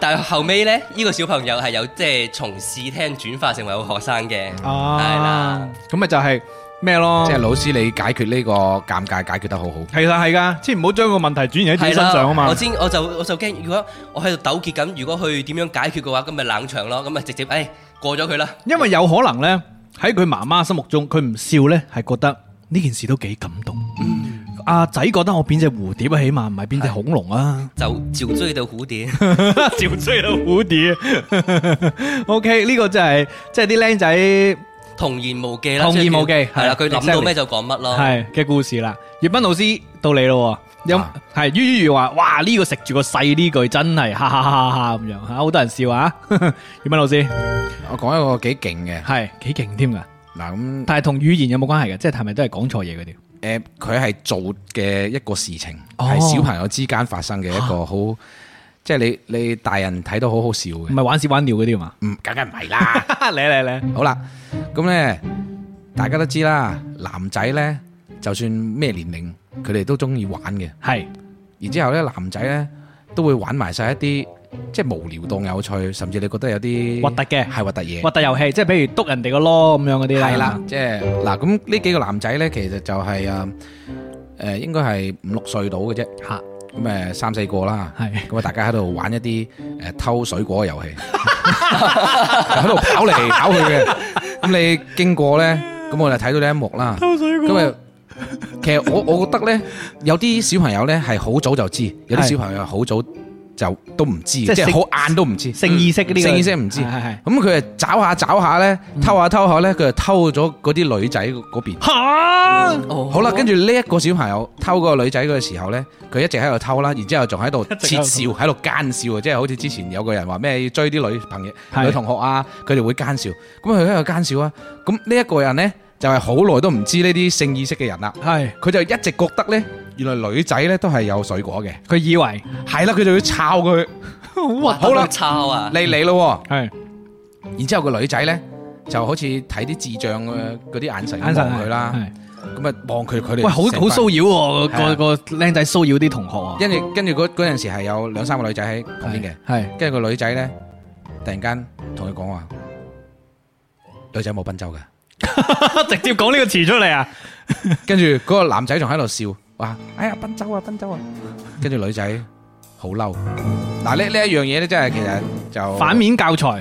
但係後尾咧，呢個小朋友係有即係從試聽轉化成為好學生嘅，係啦啊，，咁咪就係咩咯？即係老師你解決呢個尷尬解決得好好。係啦係噶，千祈唔好將個問題轉移喺自己身係上啊啦。嘛我。先我就我就驚，如果我喺度糾結緊，如果佢點樣解決嘅話，咁咪冷場咯，咁咪直接哎過咗佢啦。，因為有可能呢，喺佢媽媽心目中，佢唔笑呢係覺得呢件事都幾感動。阿仔覺得我變只蝴蝶啊，起碼唔係變只恐龍 啊就照追到蝴蝶。照追到蝴蝶。OK，呢個就係即係啲僆仔童言無忌啦，童言無忌係啦，係佢諗到咩就講乜咯，係嘅故事啦。葉斌老師到你咯喎，有啊係於於話哇呢個食住個細呢句真係哈哈哈哈咁樣嚇，好多人笑啊！ 葉斌老師我講一個幾勁嘅係幾勁添㗎。嗱咁但係同語言有冇關係嘅？即係係咪都係講錯嘢嗰啲？誒，佢係做嘅一個事情，哦係小朋友之間發生嘅一 個好，即係你你大人睇到好好笑唔嘅，係玩屎玩尿嗰啲嘛？唔梗係唔係啦。 嚟嚟嚟，好啦，咁呢，大家都知啦，男仔呢，就算咩年齡，佢哋都中意玩嘅。係然之後咧，男仔呢，都會玩埋晒一啲即係無聊到有趣，甚至你覺得有啲核突嘅係核突嘢。核突遊戲，即係譬如督人哋個囉咁樣嗰啲啦。係啦，，即係嗱，咁呢幾個男仔咧，其實就係啊，誒應該係五六歲到嘅啫，嚇咁誒三四個啦，係咁啊大家喺度玩一啲誒偷水果嘅遊戲， 喺度跑嚟跑去嘅，咁你經過咧，咁我就睇到呢一幕啦，偷水果，咁啊。其實我我覺得咧，有啲小朋友咧係好早就知，有啲係小朋友好早就都唔知，即即係係性好晏都唔知。性意識呢個性意識唔知係係係咁佢就找下找下咧，偷下偷下咧，佢就偷咗嗰啲女仔嗰邊。哦嚇哦好啦，跟住呢一個小朋友偷嗰個女仔嘅時候咧，佢一直喺度偷啦，然之後仲喺度竊笑，喺度奸笑，即係好似之前有個人話咩要追啲女朋友、係女同學啊，佢哋會奸笑。咁佢喺度奸笑啊。咁呢一個人咧，就係好耐都唔知呢啲性意識嘅人啦。係佢就一直覺得咧，原來女仔咧都係有水果嘅。佢以為係啦，佢就要抄佢哇，好啦好抄啊，嚟嚟咯喎。係然之後個女仔咧就好似睇啲智障嘅嗰啲眼神眼咁神望係佢啦，係咁啊望佢佢哋喂，好好成班騷擾喎係個啊個僆仔騷擾啲同學啊。跟住跟住嗰嗰陣時係有兩三個女仔喺旁邊嘅，係跟住個女仔咧突然間同佢講話，女仔冇 賓州嘅，直接講呢個詞出嚟啊！跟住嗰個男仔仲喺度笑，話：哎呀賓州啊賓州啊！跟住女仔好嬲，嗱呢呢一樣嘢咧真係其實就反面教材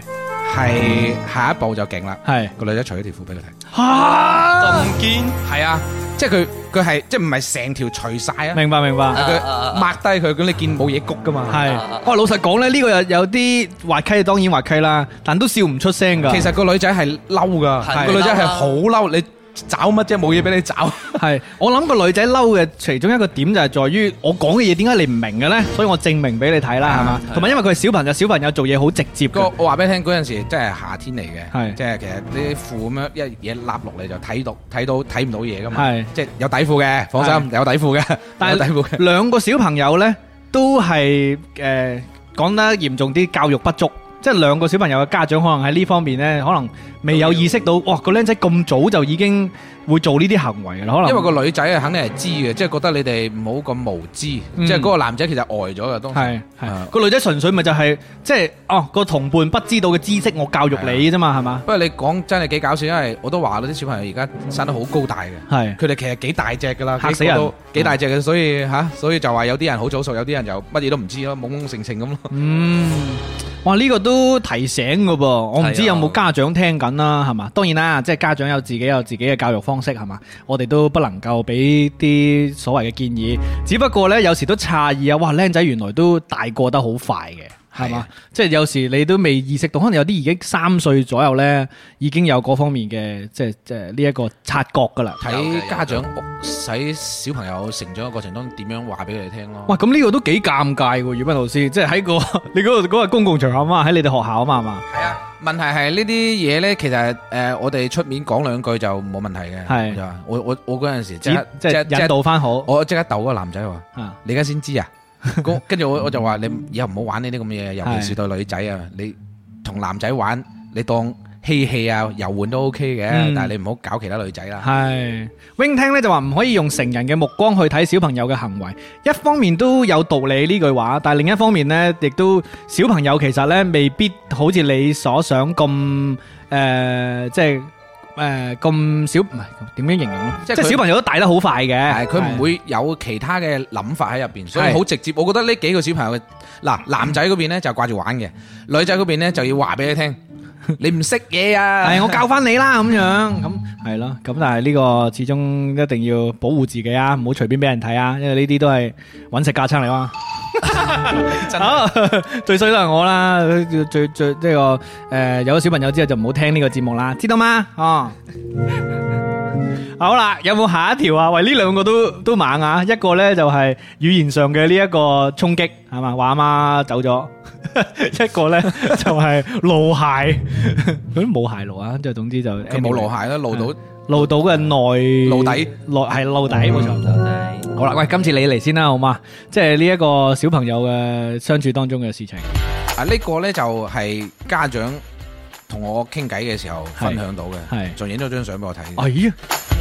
係下一步就勁啦，係個女仔除咗條褲俾佢睇。嚇， 咁堅系啊，即系佢佢系即系唔系成条除晒啊，明白明 白。佢啊啊啊抹低佢，咁你见冇嘢谷噶嘛？係啊啊，我老實講咧，呢個有有啲滑稽，當然滑稽啦，但都笑唔出聲㗎。其實個女仔係嬲噶，係個女仔係嬲啊好嬲，你找乜啫？冇嘢俾你找，系，我諗個女仔嬲嘅其中一個點就係在於我講嘅嘢點解你唔明嘅呢？所以我證明俾你睇啦，係嘛？同埋因為佢係小朋友，小朋友做嘢好直接 個嘅，我話俾你聽，嗰陣時真係夏天嚟嘅，係即係其實啲褲咁樣一嘢笠落嚟就睇到睇到睇唔到嘢噶嘛，係。即係有底褲嘅，放心係有底褲嘅，但有底褲係嘅，兩個小朋友呢，都係诶讲得嚴重啲，教育不足，即係兩個小朋友嘅家長可能喺呢方面咧，可能未有意識到，哇個僆仔咁早就已經會做呢啲行為㗎啦，可能因為個女仔啊，肯定係知嘅，即係覺得你哋唔好咁無知，嗯即係嗰個男仔其實呆咗嘅當時。係啊係個女仔純粹咪就係即係哦個同伴不知道嘅知識，我教育你啫嘛，係嘛？不過你講真係幾搞笑，因為我都話啦，啲小朋友而家生得好高大嘅，係佢哋其實幾大隻噶啦，嚇死人幾個都幾大隻嘅，所以吓，所以就話有啲人好早熟，有啲人就乜嘢都唔知咯，懵懵盛盛咁咯。嗯，哇！呢、個都提醒噶噃，我唔知有冇家長聽緊啦，係嘛？啊當然啦，即係家長有自己有自己嘅教育方式，係嘛？我哋都不能夠俾啲所謂嘅建議，只不過呢，有時都詫異啊！哇，僆仔原來都大個得好快嘅。係啊嘛？即係有時你都未意識到，可能有啲已經三歲左右呢，已經有嗰方面嘅即係即係呢一個察覺㗎啦。 睇家長屋使小朋友成長嘅過程當中點樣話俾佢哋聽咯。哇！咁呢個都幾尷尬喎，宇斌老師，即係喺個 你嗰個嗰個公共場合啊嘛，喺你哋學校啊嘛，係嘛？係啊，問題係呢啲嘢咧，其實誒、呃我哋出面講兩句就冇問題嘅。係就話我我我嗰陣時即即刻即刻係引刻導翻好我即刻逗嗰個男仔話：啊，你而家先 知啊！咁跟住我我就話你以後唔好玩呢啲咁嘅嘢，尤其是對女仔啊，你同男仔玩，你當嬉戲啊、遊玩都 OK 嘅，嗯但係你唔好搞其他女仔啦。係 wing 聽咧就話唔可以用成人嘅目光去睇小朋友嘅行為，一方面都有道理呢句話，但係另一方面呢，亦都小朋友其實呢未必好似你所想咁誒、呃即係誒咁小唔係點樣形容咧？即即係係佢小朋友都大得好快嘅，但係佢唔會會有其他嘅諗法喺入邊，所以係好直接。我覺得呢幾個小朋友嘅嗱，男仔嗰邊咧就掛住玩嘅，女仔嗰邊咧就要 話俾佢聽，你唔識嘢啊！係我教翻你啦咁樣咁係咯，咁但係呢個始終一定要保護自己啊，唔好隨便俾人睇啊，因為呢啲都係揾食架撐嚟 啊嘛。好， 最衰都係我啦，最最呢個诶有咗小朋友之後就唔好聽呢個節目啦，知道嗎？哦。好啦，有冇下一條啊？喂，呢兩個都都猛啊！一個呢就係語言上嘅呢一個衝擊，係嘛？話阿媽走咗， 一個呢就係露鞋， 佢都冇鞋露啊！即係總之就佢冇露 anyway，鞋啦，露到露到嘅內露底，內係露底冇錯。好啦，喂，今次你嚟先啦，好嘛？即係呢一個小朋友嘅相處當中嘅事情。啊！呢個咧就係家長同我傾偈嘅時候係分享到嘅，係仲影咗張相俾我睇嘅。哎呀，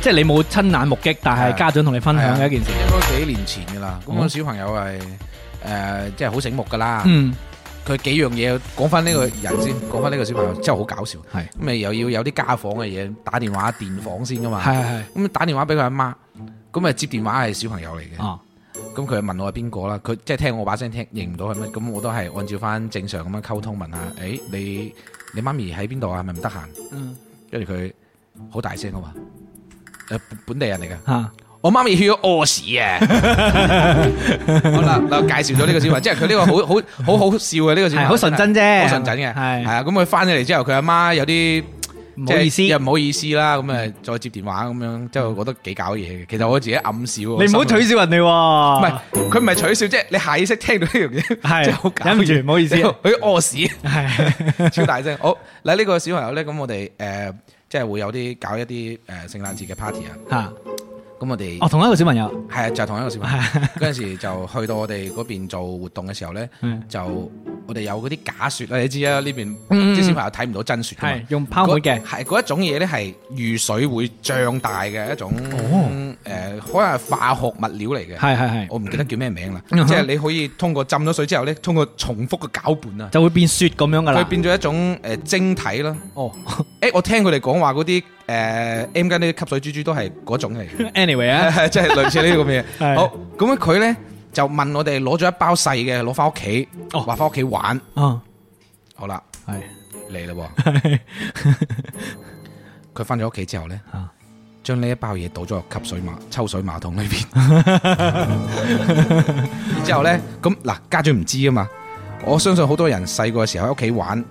即係你冇親眼目擊，但係係家長同你分享嘅一件事。應該幾年前噶啦。咁、嗯個小朋友係誒、呃即係好醒目噶啦。嗯，佢、幾樣嘢講翻呢個人先，講翻呢個小朋友真係好搞笑。係咁咪又要有啲家訪嘅嘢，打電話電訪先噶嘛。係係咁打電話俾佢阿媽，咁咪接電話係小朋友嚟嘅。係，啊，咁佢問我係邊個啦，佢即係聽我把聲聽認唔到係乜，咁我都係按照翻正常咁樣溝通問下，誒、你你媽咪喺邊度啊？係咪唔得閒？嗯，跟住佢好大聲啊嘛，誒、本本地人嚟㗎。嚇，我媽咪去咗屙 屎啊！好啦，嗱介紹咗呢個小朋友，即係佢呢個好好好好笑嘅呢個小係朋友，好純真啫，好純真嘅，係係啊。咁佢翻咗嚟之後，佢阿媽有啲唔好意思即係。又唔好意思啦，咁誒再接電話咁樣，即係我覺得幾搞嘢嘅。其實我自己暗笑喎，你唔好取心笑人哋諗，唔喎係，佢唔係取笑，即係你下意識聽到呢樣嘢，真係好係搞忍唔住，唔好意思，佢屙屎。係 超大聲！好嗱，呢個小朋友咧，咁我哋誒即係會有啲搞一啲誒聖誕節嘅 party 啊，嚇。咁我哋哦，同一個小朋友， 係啊，就係同一個小朋友。嗰陣時就去到我哋嗰邊做活動嘅時候咧，嗯就我哋有嗰啲假雪啦，你知啊，呢邊嗯嗯啲小朋友睇唔到真雪㗎嘛係。用泡沫嘅嗰，係嗰一種嘢咧，係遇水會脹大嘅一種誒，哦呃可能係化學物料嚟嘅，係係係，我唔記得叫咩名啦。即嗯哼係你可以通過浸咗水之後咧，通過重複嘅攪拌啊，就會變雪咁樣噶佢啦。變咗一種誒晶體啦。哦誒，我聽佢哋講話嗰啲誒 M 巾呢啲吸水珠珠都係嗰種嚟嘅， ，anyway 啊， 即係類似呢啲咁嘅嘢。 係好，咁佢咧就問我哋攞咗一包細嘅攞翻屋企，哦話翻屋企玩。啊，好啦，係嚟啦喎！係佢翻咗屋企之後咧啊，將呢一包嘢倒咗入吸水馬抽水馬桶 裏邊。然之後咧，咁嗱家長唔知啊嘛，我相信好多人細個嘅時候喺屋企玩，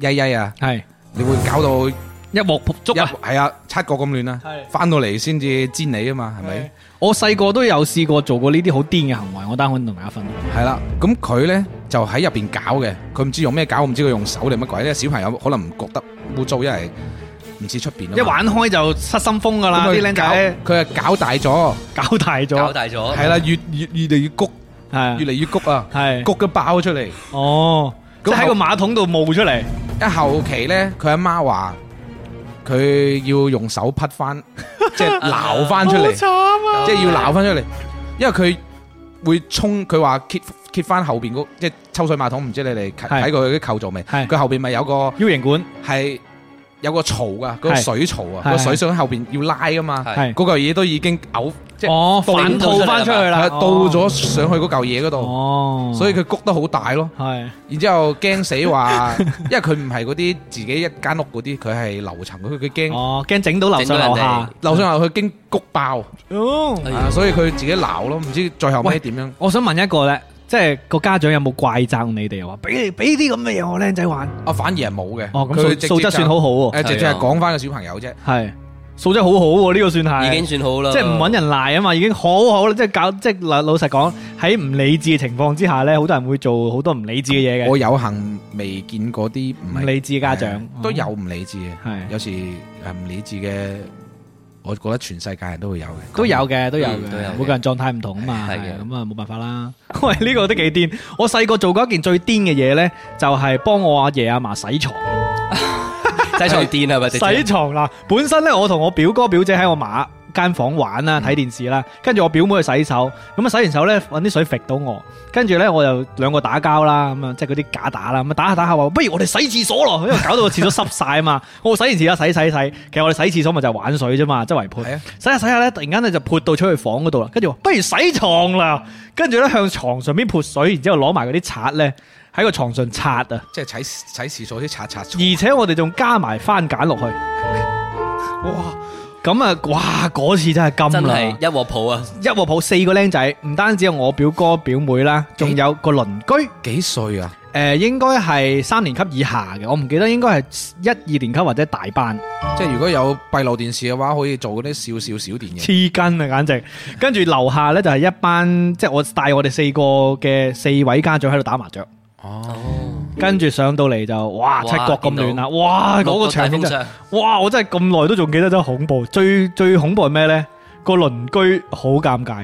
曳曳啊，係你會搞到〜一鑊撲一粥啊！係啊，七個咁亂啊係，翻到嚟先至煎你啊嘛，係咪？我細個都有試過做過呢啲好癲嘅行為，我單可以同大家分享。係啦，咁佢咧就喺入邊搞嘅，佢唔知用咩搞，唔知佢用手定乜鬼咧。小朋友可能唔覺得污糟，因為唔似出邊啊嘛一玩開就失心瘋噶啦，咁啲僆仔佢搞佢係搞大咗，搞大咗，係啦，越越越嚟越谷，係越嚟越谷啊，係谷都爆咗出嚟。哦，即係喺個馬桶度冒出嚟，一後期咧，佢阿媽話佢要用手匹 翻，即係鬧翻出嚟，啊！即係要鬧翻出嚟，因為佢會沖，佢話揭揭翻後邊嗰即係抽水馬桶，唔知你哋睇係睇過佢啲構造未？係佢後邊咪有個 U 型管係有個槽噶，嗰個係水槽啊，係個水箱後邊要拉噶嘛，係嗰係嚿嘢都已經嘔，即係哦，倒反倒套出嚟翻出去啦，係哦倒咗上去嗰嚿嘢嗰度，哦，所以佢谷得好大咯。係然之後驚 死話，因為佢唔係嗰啲自己一間屋嗰啲，佢係樓層，佢佢驚哦驚整到樓上樓下樓上樓佢驚谷爆，哦。哎啊呀所以佢自己鬧咯，唔知最後尾喂點樣。我想問一個咧，即係個家長有冇怪責你哋話俾你俾啲咁嘅嘢我僆仔玩？啊，反而係冇嘅。哦，佢咁直素素接質就算好，好喎，誒直接係係啊講翻個小朋友啫。係素質好好喎，呢個算係已經算好啦，即係 唔揾人賴啊嘛，已經好好啦。即係搞，即係老老實講，喺唔理智嘅情況之下咧，好多人會做好多唔理智嘅嘢嘅。我有幸未見過啲唔唔係啊理智嘅家長哦嗯誒都有唔理智嘅，係有時誒唔理智嘅，我覺得全世界人都會有嘅，都有嘅，都有嗯都有嘅。嘅每個人狀態唔同啊嘛，係係嘅咁啊，冇辦法啦。 喂，呢個都幾癲。我細個做過一件最癲嘅嘢咧，就係幫我阿爺阿嫲洗床。洗床墊係咪？直接洗床啦，本身咧我同我表哥表姐喺我媽間房玩啦，睇電視啦，跟住我表妹去洗手，咁啊洗完手咧揾啲水揈到我，跟住咧我就兩個打交啦，咁啊即係嗰啲假打啦，咁啊打下打下話不如我哋洗廁所咯，因為搞到個廁所濕晒啊嘛， 我洗完廁所洗洗洗，其實我哋洗廁所咪就係玩水啫嘛，周圍潑係啊。洗下洗下咧，突然間咧就潑到出去房嗰度啦，跟住話不如洗床啦，跟住咧向床上邊潑水，然之後攞埋嗰啲刷咧喺個床上刷啊，即係睇洗廁所啲擦擦而且我哋仲加埋番梘落去，哇！咁啊，哇！嗰次真係真金係啦，一鑊泡啊！一鑊泡四個僆仔，唔單止有我表哥表妹啦，仲有個鄰居，幾歲啊？誒、應該係三年級以下嘅，我唔記得應該係一二年級或者大班，即係如果有閉路電視嘅話，可以做嗰啲少少小電影。黐筋啊，簡直！跟住樓下呢，就係一班，即係我帶我哋四個嘅四位家長喺度打麻雀，哦，跟住上到嚟就哇哇七國咁亂啦，哇！嗰、個場大面風真係〜箱哇！我真係咁耐都仲記得，真係恐怖。最最恐怖係咩呢？個鄰居好尷尬，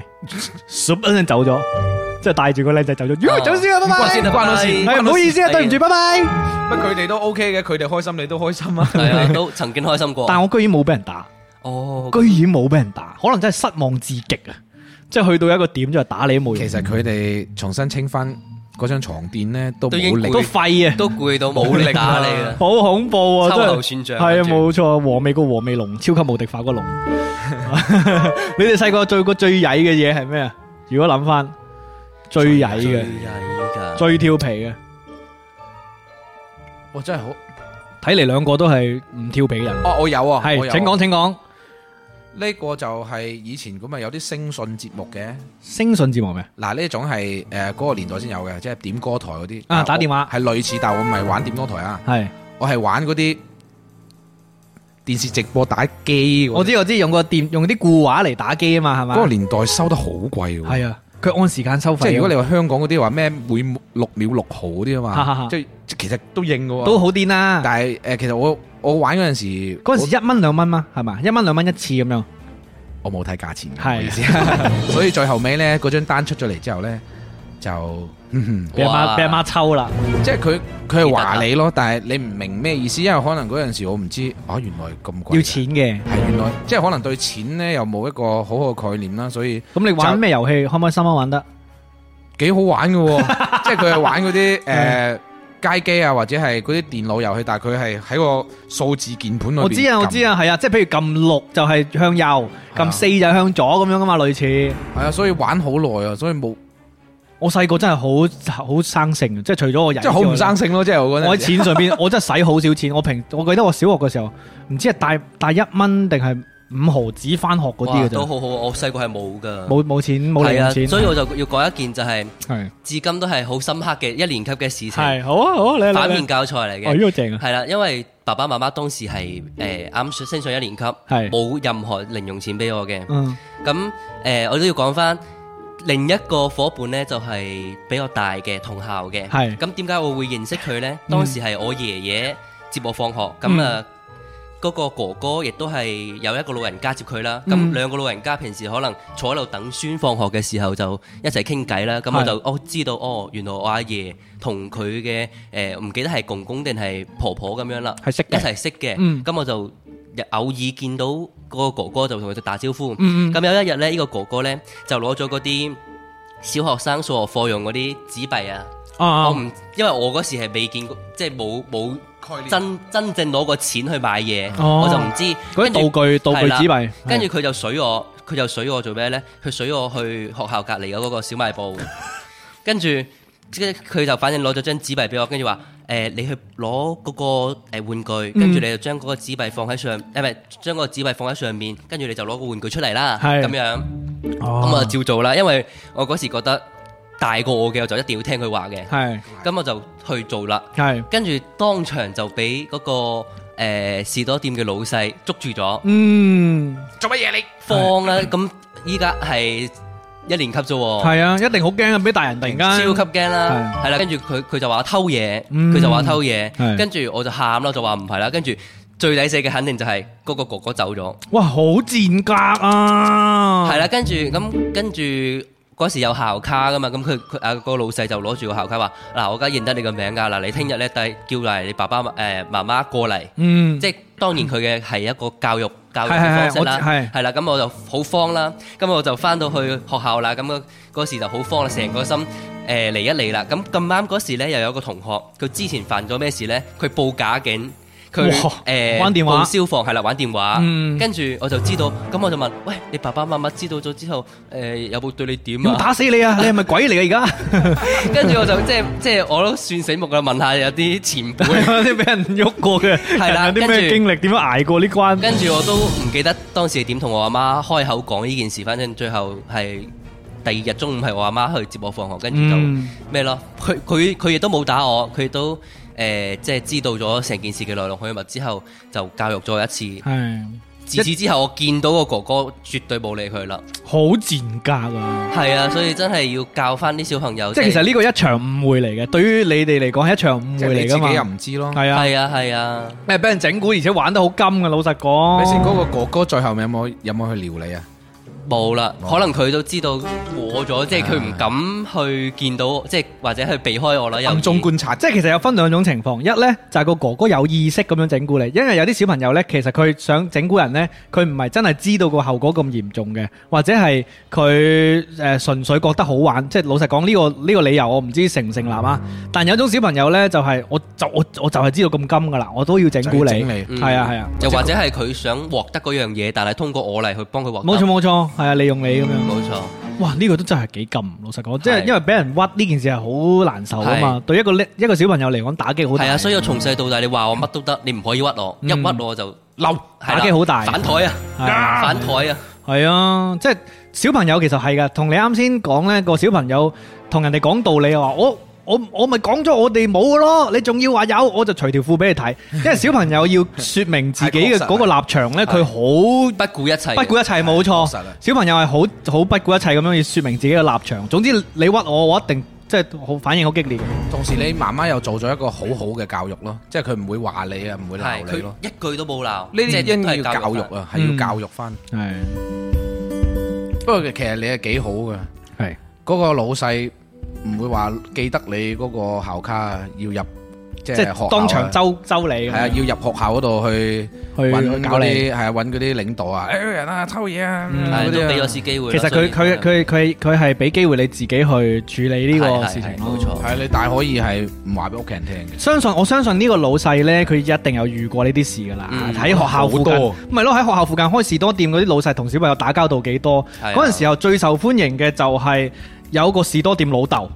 唰一聲走咗，即係帶住個靚仔走咗。喲，走先啦，拜拜。關先啦，啊關我事哎拜拜係唔好意思啊，對唔住，拜拜。乜佢哋都 OK 嘅，佢哋開心你都開心 啊。係啊，都曾經開心過。但我居然冇俾人打，哦，居然冇俾人打，可能真係失望至極啊！即係去到一個點就係打你都冇用，其實佢哋重新清翻嗰張床墊咧，都都已經冇力都。廢啊，都攰到冇力打你啦，好恐怖啊！秋真後係。算賬。係啊，跟住冇錯，和味個和味龍，超級無敵化個龍。 你哋細個做過最曳嘅嘢係咩啊？如果諗翻最曳嘅。最曳㗎。最跳皮嘅，我真係好，睇嚟兩個都係唔跳皮嘅人。哦，我有啊，我係，有啊請講請講。呢個就係以前咁咪有啲聲訊節目嘅。星訊節目咩？嗱，呢種係誒嗰個年代先有嘅，即係點歌台嗰啲啊打電話係類似，但我唔係玩點歌台啊，係，我係玩嗰啲電視直播打機嗰啲。我知我知，用個電用啲固話嚟打機啊嘛，係嗰個嘛？年代收得好貴喎，係啊，佢按時間收費。啊即係如果你話香港嗰啲話咩每六秒六毫嗰啲啊哈哈哈嘛，即係即係其實都應嘅喎。都好癲啦。但係誒，其實我我玩嗰陣時，嗰陣時一蚊兩蚊嘛，係嘛？一蚊兩蚊一次咁樣。我我冇睇價錢，係唔好意思。 所以最後尾咧，嗰張單出咗嚟之後咧，就 俾阿媽哇俾阿媽抽啦。即係佢佢係話你咯，但係你唔明咩意思，因為可能嗰陣時我唔知啊，原來咁貴㗎，要錢嘅。係原來即係可能對錢咧又冇一個好好嘅概念啦，所以咁你玩咩遊戲？開唔開心啊？玩得幾好玩 嘅喎，即係佢係玩嗰啲誒街機啊，或者係嗰啲電腦遊戲，但係佢係喺個數字鍵盤裏邊我知啊，我知啊，係啊，即係譬如撳六就係向右，撳啊四就向左咁樣噶嘛，類似。撳，係啊，所以玩好耐啊，所以冇我細個真係好好生性嘅，即係除咗我人即係好唔生性咯，即係我覺得我喺錢上邊， 我真係使好少錢。我平，我記得我小學嘅時候，唔知係帶帶一蚊定係五毫子翻學嗰啲嘅哇都啫，好好，我細個係冇㗎。冇冇錢冇係零啊用錢。所以我就要講一件就係係至今都係好深刻嘅一年級嘅事情，係好啊好啊，你嚟反嚟面教材嚟哦呢嘅。個正啊，係啦，因為爸爸媽媽當時係誒啱升上一年級，係冇任何零用錢俾我嘅。嗯咁誒、呃我都要講翻另一個伙伴呢，就係、比較大嘅同校嘅。係咁點解我會認識佢呢？嗯當時係我爺爺接我放學，咁嗯啊嗰個哥哥亦都係有一個老人家接佢啦，咁嗯兩個老人家平時可能坐喺度等孫放學嘅時候就一齊傾偈啦，咁我係就哦知道哦，原來我阿爺同佢嘅誒唔記得係公公定係婆婆咁樣啦，係識一嘅，齊識嘅，嗯咁我就偶爾見到嗰個哥哥就同佢打招呼，嗯咁有一日咧，呢個哥哥咧就攞咗嗰啲小學生數學課用嗰啲紙幣啊，嗯啊我唔因為我嗰時係未見過，即係冇冇真真正攞過錢去買嘢，哦我就唔知。嗰啲跟住道具道具係啦紙幣，跟住佢就水我，佢就水我做咩呢？佢水我去學校隔離嘅嗰個小賣 部，跟住跟住佢就反正攞咗張紙幣俾我，跟住話誒你去攞嗰個呃玩具，嗯跟住你就將嗰個紙幣放喺上，誒唔係將嗰個紙幣放喺上面，跟住你就攞個玩具出嚟啦，係咁樣咁啊咁照做啦，因為我嗰時覺得大過我嘅我就一定要聽佢話嘅，係咁我就去做啦。係跟住當場就俾嗰、個誒、呃士多店嘅老細捉住咗，嗯做乜嘢你？放啦！咁依家係一年級啫喎，係啊，一定好驚啊！俾大人突然間超級驚啦，係係啦。跟住佢佢就話偷嘢，嗯佢就話偷嘢，係跟住我就喊啦，就話唔係啦。跟住最抵死嘅肯定就係嗰個哥哥走咗，哇，好賤格啊！係啦。跟住咁跟住。嗰時有校卡噶嘛，咁佢佢啊個老細就攞住個校卡話：嗱，我而家認得你個名㗎，嗱，你聽日咧第叫嚟你爸爸誒、媽媽過嚟，嗯，即係當然佢嘅係一個教育教育係係嘅係方式啦我，係係啦，咁我就好慌啦，咁我就翻到去學校啦，咁嗰嗰時就好慌啦，成個心誒嚟一嚟啦，咁咁啱嗰時咧又有個同學，佢之前犯咗咩事咧？佢報假警，佢哇誒玩電話報消防係啦，玩電話，嗯跟住我就知道，咁我就問：喂，你爸爸媽媽知道咗之後，誒有冇對你點要啊？打死你啊！你係咪鬼嚟啊？跟住我就即係即係我都算醒目啦，問下有啲前而輩。家 有啲俾人喐過嘅，係啦有啲跟咩住經歷？點樣捱過呢關？跟住我都唔記得當時點同我阿媽開口講呢件事，反正最後係第二日中午係我阿媽去接我放學，跟住就嗯咩咯，佢佢佢亦都冇打我，佢都誒、呃即係知道咗成件事嘅來龍去脈之後，就教育咗我一次。係自此之後，我見到個哥哥絕對冇理佢啦。好賤格啊！係啊，所以真係要教翻啲小朋友。即係其實呢個一場誤會嚟嘅，對於你哋嚟講係一場誤即係你會嚟自噶己又嘛？唔知咯。係啊，係啊係啊，咩俾人整蠱，而且玩得好金嘅，老實講。你先嗰個哥哥最後面有冇有冇去撩你啊？冇啦，冇可能佢都知道我咗，即係佢唔敢去見到我，即係或者去避開我啦。又暗中觀察，啊即係其實有分兩種情況，一呢就係、個哥哥有意識咁樣整蠱你，因為有啲小朋友呢，其實佢想整蠱人呢，佢唔係真係知道個後果咁嚴重嘅，或者係佢誒純粹覺得好玩，即係老實講呢、個呢、個理由我唔知成唔成立啊。但有種小朋友呢，就係、我就我我就係知道咁金噶啦，我都要整蠱就要你，整你嗯係啊係啊，又或者係佢想獲得嗰樣嘢，但係通過我嚟去幫佢獲得。冇錯，冇錯，係啊利用你咁樣。冇錯，哇！呢、個都真係幾禁，老實講，即係係因為俾人屈呢件事係好難受啊嘛，對一個叻一個小朋友嚟講打擊好大，係啊！所以我從細到大，你話我乜都得，你唔可以屈我，嗯一屈我就嬲係打啦擊好大，反台啊，係啊反台啊，系啊，即系小朋友其實係噶，同你啱先講呢個小朋友同人哋講道理話，我我我咪講咗我哋冇咯，你仲要話有，我就除條褲俾你 睇，因為小朋友要說明自己嘅啊嗰個立場呢，佢好不顧一切。不顧一切，冇錯確實啊。小朋友係好好不顧一切咁樣要說明自己嘅立場。總之你屈我，我一定即係好反應好激烈。同時你媽媽又做咗一個好好嘅教育咯，即係佢唔會話你啊，唔會鬧係你佢咯。一句都冇鬧，呢啲即係應都係要教育法啊，嗯係要教育翻。係不過其實你係幾好嘅，係嗰個老細唔會話記得你嗰個校卡要入，即即係學校係啊當場周周你咁係啊，樣要入學校嗰度去去揾搞嗰你。啲係啊，揾嗰啲領導啊，誒人啊偷嘢啊，嗯係嗰都啲啊啊俾咗次機會其啦。實佢佢佢佢佢係俾機會你自己去處理呢個事情咯冇錯。係你大可以係唔話俾屋企人聽嘅。相信我相信呢個老細呢，佢一定有遇過呢啲事噶啦。嗯喺、學校附近，好多唔係咯？喺學校附近開士多店嗰啲老細同小朋友打交道幾多？係啊嗰陣時候最受歡迎嘅就係有個士多店老豆，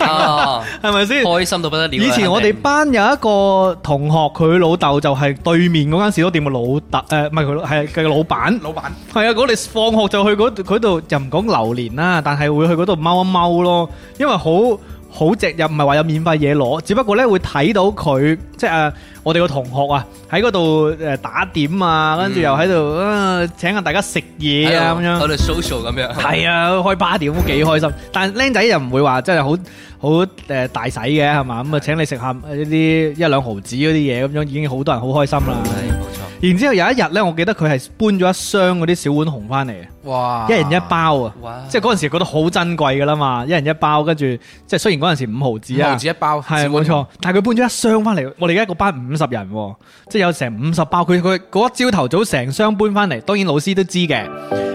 啊，係咪先？ 開心到不得了啦。以前我哋啊肯定班有一個同學，佢老豆就係對面嗰間士多店嘅老豆，誒唔係佢老係佢嘅老闆。老闆，係啊，我哋放學就去嗰度嗰度，又唔講榴蓮啦，但係會去嗰度踎一踎咯，因為好好值，又唔係話有免費嘢攞，只不過呢會睇到佢即係誒我哋個同學啊喺嗰度誒打點啊，跟住又喺度啊請下大家食嘢啊咁樣我。哋 social 咁樣。係啊，開 party 都幾開心，但係僆仔又唔會話真係好好誒大呃使嘅係嘛，咁啊請你食下一啲一兩毫子嗰啲嘢咁樣，已經好多人好開心啦。係冇錯。然之後有一日呢，我記得佢係搬咗一箱嗰啲小碗紅翻嚟，哇！一人一包啊！哇！即係嗰陣時覺得好珍貴噶啦嘛，一人一包，跟住即係雖然嗰陣時五毫子五毫啊，子一包，係小冇碗錯，但係佢搬咗一箱翻嚟，我哋而家個班五十人喎，即係有成五十包，佢佢嗰一朝頭早成箱搬翻嚟，當然老師都知嘅，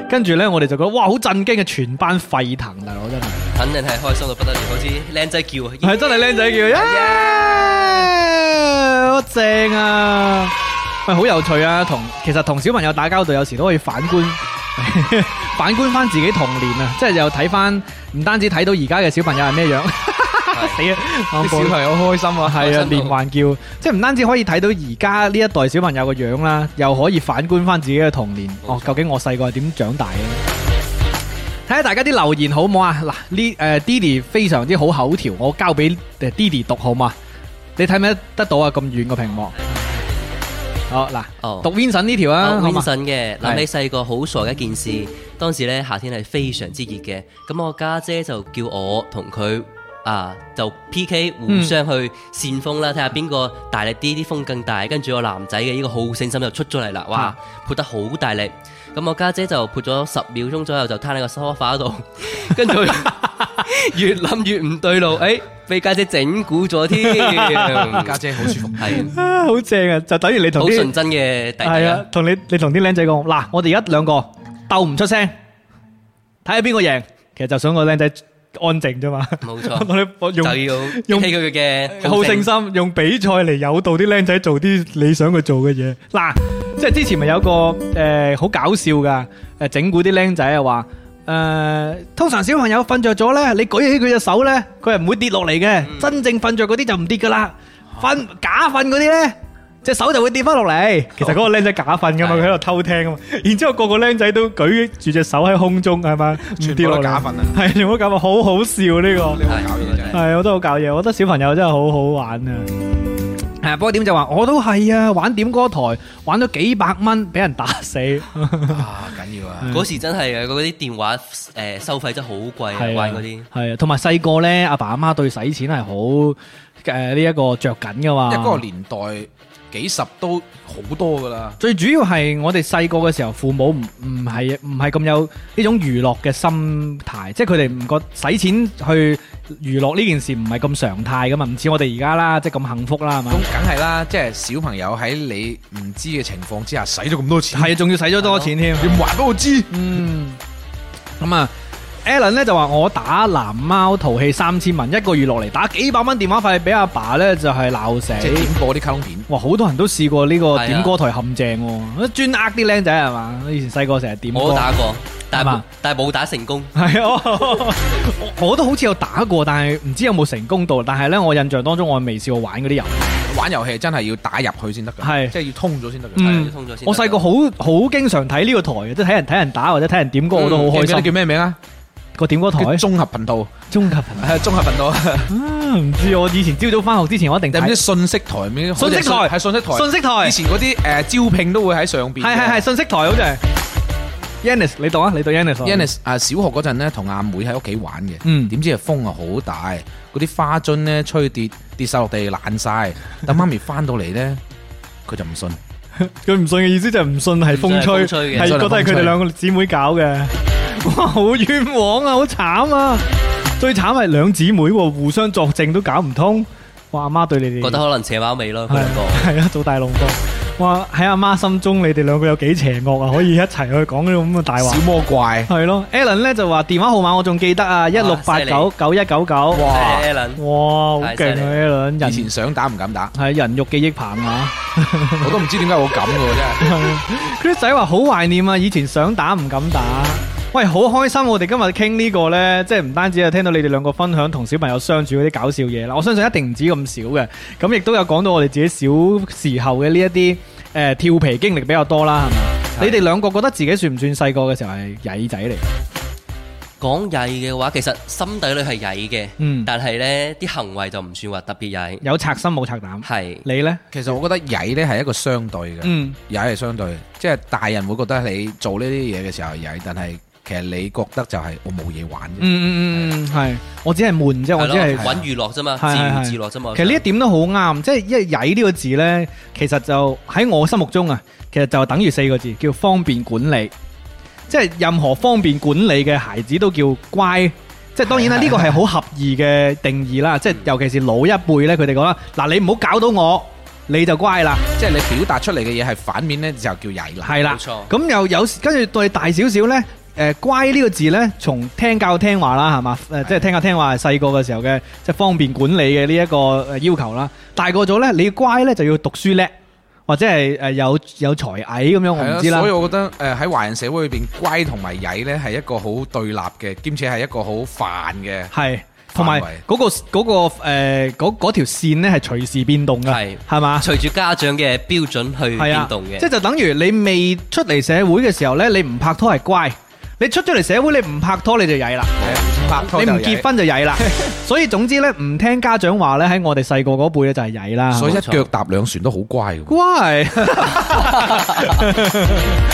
跟住呢，我哋就覺得哇好震驚嘅，全班沸騰大佬真係，肯定係開心到不得了，好似靚仔叫啊！係真係靚仔叫，耶好正啊！喂，好有趣啊！同其實同小朋友打交道，有時都可以反觀 反觀翻自己童年啊，即係又睇翻，唔單止睇到而家嘅小朋友係咩樣，死 啊！啲小朋友開心啊，系開啊，心連到環叫，即係唔單止可以睇到而家呢一代小朋友嘅樣啦，又可以反觀翻自己嘅童年。冇錯哦，究竟我細個係點長大嘅？睇下大家啲留言好唔好啊？嗱，呢诶 Didi 非常之好口條，我交俾诶 Didi 讀好嘛？你睇唔睇得到啊？咁遠個屏幕。好嗱，哦讀 Vincent 呢條啊，好嘛 Vincent 係嘅諗起細個好傻嘅一件事，當時咧夏天係非常之熱嘅，咁我家姐就叫我同佢啊就 P K 互相嗯去扇風啦，睇下邊個大力啲，啲風更大，跟住我男仔嘅呢個好勝心就出咗嚟啦，哇，嗯潑得好大力，咁我家姐就潑咗十秒鐘左右就攤喺個梳化度， 跟 住佢越諗越唔對路，誒俾家姐整蠱 咗添，家姐好舒服。係啊好正啊！就等於你同好啲純真嘅弟弟係啊啊。，同你你同啲僆仔講，嗱，我哋而家兩個鬥唔出聲，睇下邊個贏。其實就想個僆仔安靜啫嘛。冇我錯，哋我就用要用用起佢嘅好勝心，用比賽嚟誘導啲僆仔做啲你想佢做嘅嘢。嗱，即係之前咪有個誒好、搞笑噶誒整蠱啲僆仔啊話。誒、通常小朋友瞓着咗咧，你舉起佢隻手咧，佢係唔會跌落嚟嘅。真正瞓着嗰啲就唔跌噶啦，瞓假瞓嗰啲咧，隻手就會跌翻落嚟。其實嗰個僆仔假瞓噶嘛，係佢喺度偷聽啊嘛。然之後個個僆仔都舉住隻手喺空中係嘛，唔全跌部落嚟都嗯假瞓啊！係全部都咁啊，好好笑呢、個。你好搞嘢真係。系，我都好搞嘢，我覺得小朋友真係好好玩啊！系啊，不過點就話我都係啊，玩點歌台玩咗幾百蚊，俾人打 死。啊，緊要啊！嗰時真係嘅，嗰啲電話誒收費真係好貴啊，玩嗰啲。系啊，同埋細個咧，阿爸阿媽對使錢係好诶呢一個着緊噶因為嗰個嘛。年代幾十都好多噶啦，最主要係我哋細個嘅時候，父母唔唔系唔系咁有呢種娛樂嘅心態，即係佢哋唔覺使錢去娛樂呢件事唔係咁常態噶嘛，唔似我哋而家啦，即係咁幸福啦，係咁嘛？梗係啦，即係小朋友喺你唔知嘅情況之下，使咗咁多錢，係仲要使咗多錢添。你唔話俾我知，嗯，咁啊，Alan 咧就話我打藍貓淘氣三千蚊，一個月落嚟打幾百蚊電話費俾阿爸咧，就係鬧死。即係點播啲卡通片。哇，好多人都試過呢個係啊點歌台陷阱喎，專呃啲僆仔係嘛？以前細個成日點歌。我都打過，但係嘛係但係冇打成功。係啊， 我我我都好似有打過，但係唔知有冇成功到。但係咧，我印象當中我未試過玩嗰啲遊戲。玩遊戲真係要打入去先得㗎，係即係要通咗先得㗎。嗯係通咗先我細個好好經常睇呢個台嘅，即係睇人睇人打或者睇人點歌，我都好記開唔 記得叫心。咩名啊？個點歌叫 台，綜合頻道，中級頻道係綜合頻道，啊唔知我以前朝早翻學之前，我一定定唔睇知。信息台咩？信息台係信息台。信息台以。前嗰啲誒招聘都會喺上邊嘅。係係係信息台好似係。Yannis，你讀啊，你讀 Yannis 啊。 Yannis 啊，小學嗰陣咧，同阿妹喺屋企玩嘅，嗯點知係風啊好大，嗰啲花樽咧吹跌跌晒落地爛晒，等媽咪翻到嚟咧，佢就唔信，佢唔信嘅意思就係唔信係風吹，唔信係風吹嘅係覺得係佢哋兩個姊妹搞嘅。哇，好冤枉啊，好慘啊！最慘係兩姊妹喎，互相作證都搞唔通。哇，阿媽對你哋覺得可能邪貓尾咯，係佢兩個。係啊，做大龍哥。哇，喺阿媽心中，你哋兩個有幾邪惡啊？可以一齊去講呢種咁嘅大話小。魔怪，係咯，Alan 咧就話電話號碼我仲記得啊，一六八九九一九九。哇，哇！係 Alan，好勁太犀利啊！Alan 以人前想打唔敢打，係人肉記憶棒啊！我都唔知點解我咁嘅喎，真 係。Chris 仔話好懷念啊，以前想打唔敢打。喂，好開心！我哋今日傾呢個呢，即係唔單止係聽到你哋兩個分享同小朋友相處嗰啲搞笑嘢啦，我相信一定唔止咁少嘅。咁亦都有講到我哋自己小時候嘅呢一啲誒調皮經歷比較多啦，係嘛？你哋兩個覺得自己算唔算細個嘅時候係曳仔嚟？講曳嘅話，其實心底裏係曳嘅，嗯，但係咧啲行為就唔算話特別曳。有拆心冇拆膽。係你呢？其實我覺得曳咧係一個相對嘅，嗯，曳係相對，即係大人會覺得你做呢啲嘢嘅時候曳，但係其實你覺得就係我冇嘢玩啫。嗯嗯嗯，系，我只係悶啫，我只係。揾娛樂啫嘛，自係係娛係自樂啫嘛。其實呢一點都好啱，即係因為曳呢個字呢，其實就喺我心目中啊，其實就等於四個字叫方便管理，即係任何方便管理嘅孩子都叫乖。即係當然啦，呢個係好合意嘅定義啦。即係尤其是老一輩呢，佢哋講啦，嗱你唔好搞到我，你就乖啦，即係你表達出嚟嘅嘢係反面呢，就叫曳啦。係啦冇。錯，咁又有跟住對大少少呢，誒、乖呢個字呢，從聽教聽話啦，係嘛？誒、即係聽教聽話係細個嘅時候嘅，即係方便管理嘅呢一個誒要求啦。大個咗呢，你要乖呢就要讀書叻，或者係誒有有才藝咁樣，我係唔啊知啦所以。我覺得誒喺華人社會裏邊，乖同埋曳呢係一個好對立嘅，兼且係一個好煩嘅。係，同埋範圍嗰個嗰、個誒嗰嗰條線咧係隨時變動嘅係，係嘛？隨住家長嘅標準去係變啊，動嘅即係。就等於你未出嚟社會嘅時候呢，你唔拍拖係乖；你出咗嚟社會，你唔拍拖你就曳啦。係啊拍拖你就唔曳結婚就曳 啦，所以總之咧唔聽家長話咧，喺我哋細個嗰輩咧就係曳啦。所以一冇錯腳踏兩船都好乖嘅。乖，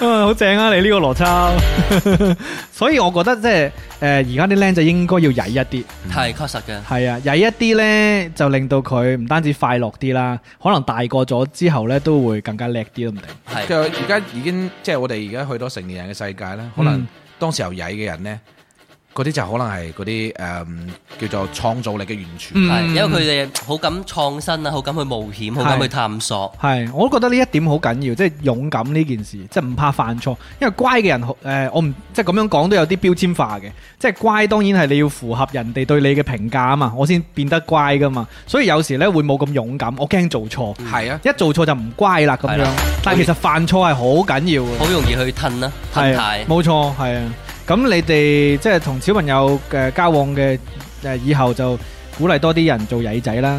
啊好正啊！你呢個邏輯， 所以我覺得即係诶，而家啲僆仔應該要曳一啲，係確實嘅，係啊，曳一啲咧就令到佢唔單止快樂啲啦，可能大個咗之後咧都會更加叻啲都唔定。其係實而家已經即係我哋而家去到成年人嘅世界咧，可能嗯當時候曳嘅人呢，嗰啲就可能係嗰啲誒叫做創造力嘅源泉。係，嗯因為佢哋好敢創新啊，好敢去冒險，好敢係去探索。係，我都覺得呢一點好緊要，即係勇敢呢件事，即係唔怕犯錯。因為乖嘅人，誒、我唔即係咁樣講都有啲標籤化嘅。即係乖，當然係你要符合人哋對你嘅評價啊嘛，我先變得乖噶嘛。所以有時呢會冇咁勇敢，我驚做錯，係啊，一做錯就唔乖啦咁係樣啦。但係其實犯錯係好緊要嘅。好容易去褪啦，褪係太冇錯，係啊。咁你哋即係同小朋友嘅交往嘅誒，以後就鼓勵多啲人做曳仔啦。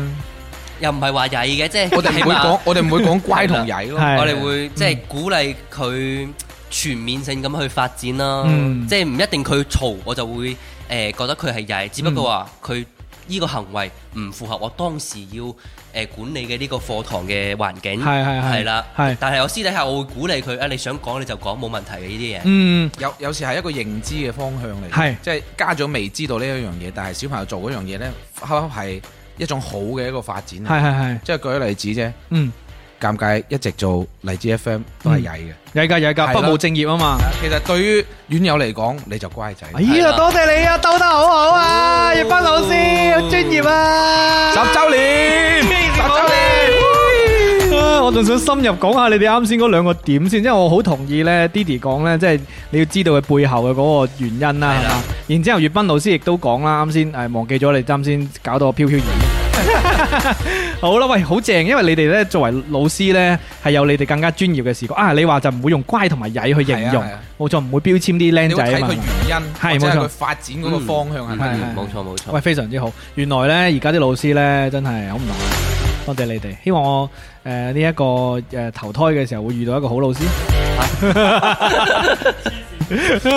又唔係話曳嘅，即係我哋唔起會碼講，我哋唔會講乖同曳咯。係我哋會即係鼓勵佢全面性咁去發展啦，嗯即係唔一定佢嘈我就會誒、呃、覺得佢係曳，只不過話佢呢個行為唔符合我當時要誒、呃管理嘅呢個課堂嘅環境，係係係嗯係啦，係但係我私底下我會鼓勵佢啊，你想講你就講，冇問題嘅呢啲嘢，嗯，有有時係一個認知嘅方向嚟，係即係家長未知道呢一樣嘢，但係小朋友做嗰樣嘢呢，恰恰係一種好嘅一個發展。係係係，即係舉個例子啫，嗯，尷尬一直做荔枝 FM 都係曳嘅。曳㗎曳㗎，係不啦務正業啊嘛。其實對於院友嚟講，你就乖仔。哎呀，係啦多謝你啊，兜得好好啊，哦葉斌老師，好專業啊！十周年，十周年。啊我仲想深入講下你哋啱先嗰兩個點先，因為我好同意咧，Didi 講咧，即係你要知道佢背後嘅嗰個原因啦，係係啦嘛？然之後，粵斌老師亦都講啦，啱先誒忘記咗你，啱先搞到我飄飄 然。好啦，喂，好正，因為你哋咧作為老師咧係有你哋更加專業嘅視角啊！你話就唔會用乖同埋曳去形容係啊，冇錯，唔會標籤啲僆你仔會啊睇嘛佢。原因，係或者冇係錯佢發展嗰個方向係係咪？係嗯，冇錯冇錯喂，，非常之好。原來呢，而家啲老師呢，真係好唔同。多謝你哋，希望我誒呢一個誒、呃投胎嘅時候會遇到一個好老師。啊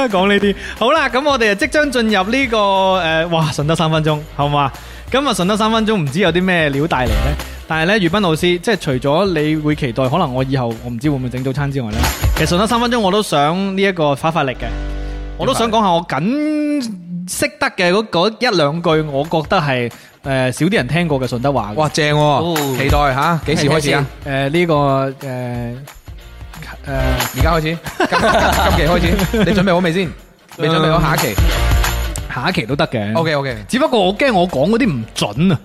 講呢啲好啦，咁我哋啊就即將進入呢、個誒、呃哇，順德三分鐘，好嘛？今日順德三分鐘唔知有啲咩料帶嚟呢？但係呢，粵斌老師，即係除咗你會期待，可能我以後我唔知會唔會整早餐之外呢，其實順德三分鐘我都想呢一個發發力嘅，我都想講下我僅識得嘅嗰嗰一兩句，我覺得係誒、呃少啲人聽過嘅順德話嘅。哇，正哦喎！期待吓，幾時開始啊？誒呢、個誒誒。呃而家開始， 今今期開始，你準備好未先？未準備好下一期下一期都得嘅？OK OK，只不過我驚我講嗰啲唔準啊。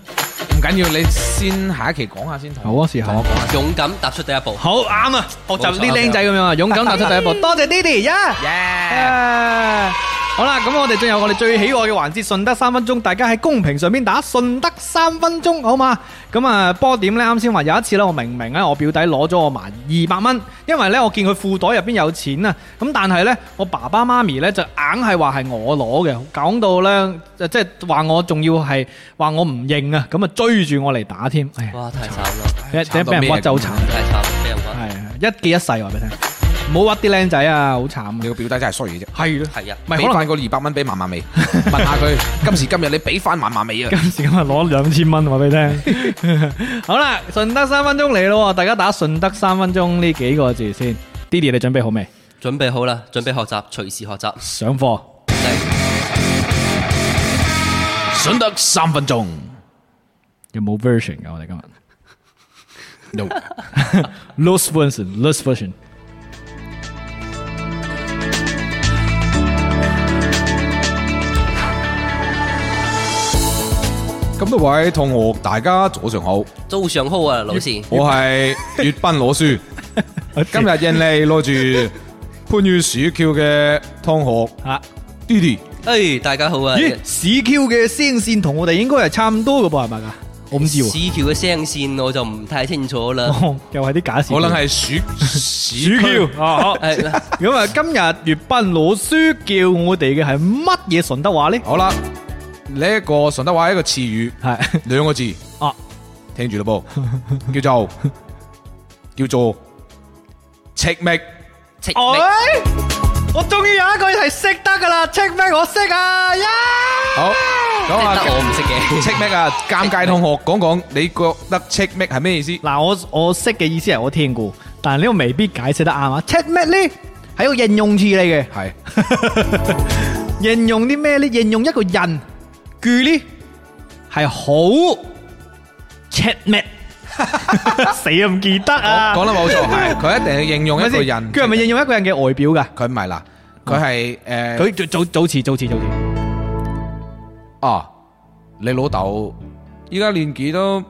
唔緊要，你先下一期講下先。好啊試下同我講下勇敢踏出第一步，好啱啊！學習冇錯啲僆仔咁樣啊，勇敢踏出第一步。多謝 Didi 呀！Yeah 耶！啊好啦，咁我哋進入我哋最喜愛嘅環節，順德三分鐘。大家喺公屏上邊打順德三分鐘，好嘛？咁啊，波點呢？啱先話有一次呢，我明明呢，我表弟攞咗我埋二百蚊，因為呢，我見佢褲袋入邊有錢啊。咁但係呢，我爸爸媽咪呢，就硬係話係我攞嘅，講到呢，即係話我仲要係話我唔認啊，咁啊追住我嚟打添。哎呀哇太慘啦，俾俾俾人屈就好慘，太慘啦，俾人屈，係啊一記一世話俾你聽，唔好屈啲僆仔啊，好慘啊你！個表弟真係衰嘅啫。係咯，係啊，唔係俾可能翻個二百蚊俾嫲 嫲未？問下佢今時今日你俾翻嫲嫲未啊？今時今日攞兩千蚊話俾你聽。好啦，順德三分鐘嚟咯喎，大家打順德三分鐘呢幾個字先。Didi 你準備好未？準備好啦，準備學習，隨時學習。上課。嚟想得三分鐘。有冇 version 噶？我哋今日 No， lost version，lost version。咁各位同學，大家早上好，早上好啊，老師。我係粵賓老師。 今日印尼攞住番禺市 Q 嘅同學吓， d d 誒，大家好啊。啊咦？市 Q 嘅聲線同我哋應該係差唔多噶噃，係咪噶？我唔知市啊喎，橋嘅聲線我就唔太清楚啦。 哦又係啲假笑。可能係鼠鼠市 Q 啊，好係啦 咁啊，今日粵斌老師叫我哋嘅係乜嘢順德話咧？好啦，呢一個順德話一個詞語，係兩個字，啊，聽住 咯噃，叫做叫做赤覓。 戚喂咪，我終於有一句係識得噶啦，清咩我識啊，呀！好，即講係下得我唔識嘅。赤覓啊，尷尬同學講講，你覺得赤覓係咩意思？嗱，我我識嘅意思係我聽過，但係呢個未必解釋得啱啊。清咩咧係一個應用詞嚟嘅。係形容啲咩咧？形容一個人，佢咧係好 check 咩？死啊！唔記得啊！講得 冇錯，係佢一定係形容一咪個先人。佢係咪形容一個人嘅外表噶？佢唔係啦，佢係誒，佢佢做做做詞做詞做詞，啊，你老豆依家年紀都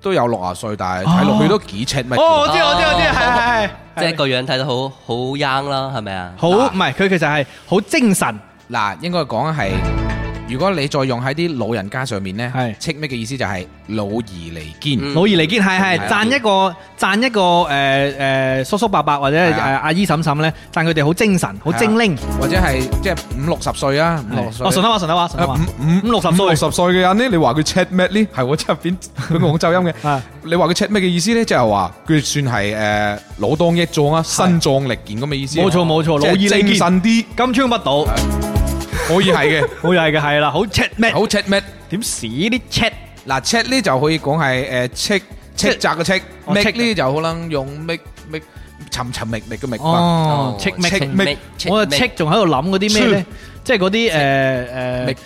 都有六啊歲，但係睇落去都幾赤覓哦，我嘅。知我知我知，係係係，即係個樣睇得好好 young 啦，係咪啊？好唔係佢其實係好精神，嗱，應該講係，如果你再用喺啲老人家上面咧，係赤覓嘅意思就係老而離堅。嗯老而彌堅，係係係讚一個讚一個誒誒叔叔伯伯或者係誒啊阿姨嬸嬸咧，讚佢哋好精神，好精靈。或者係即係五六十歲啊，五六十歲。啊哦，順德話順德話順德話，五五六十歲五六十歲嘅人呢，你話佢 check 咩呢？係我側邊 佢廣州音嘅啊。你話佢 check 咩嘅意思呢？即係話佢算係誒老當益壯啊，身壯力健咁嘅意思。啊冇錯冇錯老即係而彌堅精神啲，金槍不倒，可以係嘅。好又係嘅係啦，好 check 咩？好 check 咩？點屎啲 check？嗱 check 呢就可以講係誒 check check 窄嘅 check 哦 make check 呢就可能用 make make 尋尋覓覓嘅 make 吧。哦，check 咩？ check 我啊 check 仲喺度諗嗰啲咩咧，即係嗰啲誒咩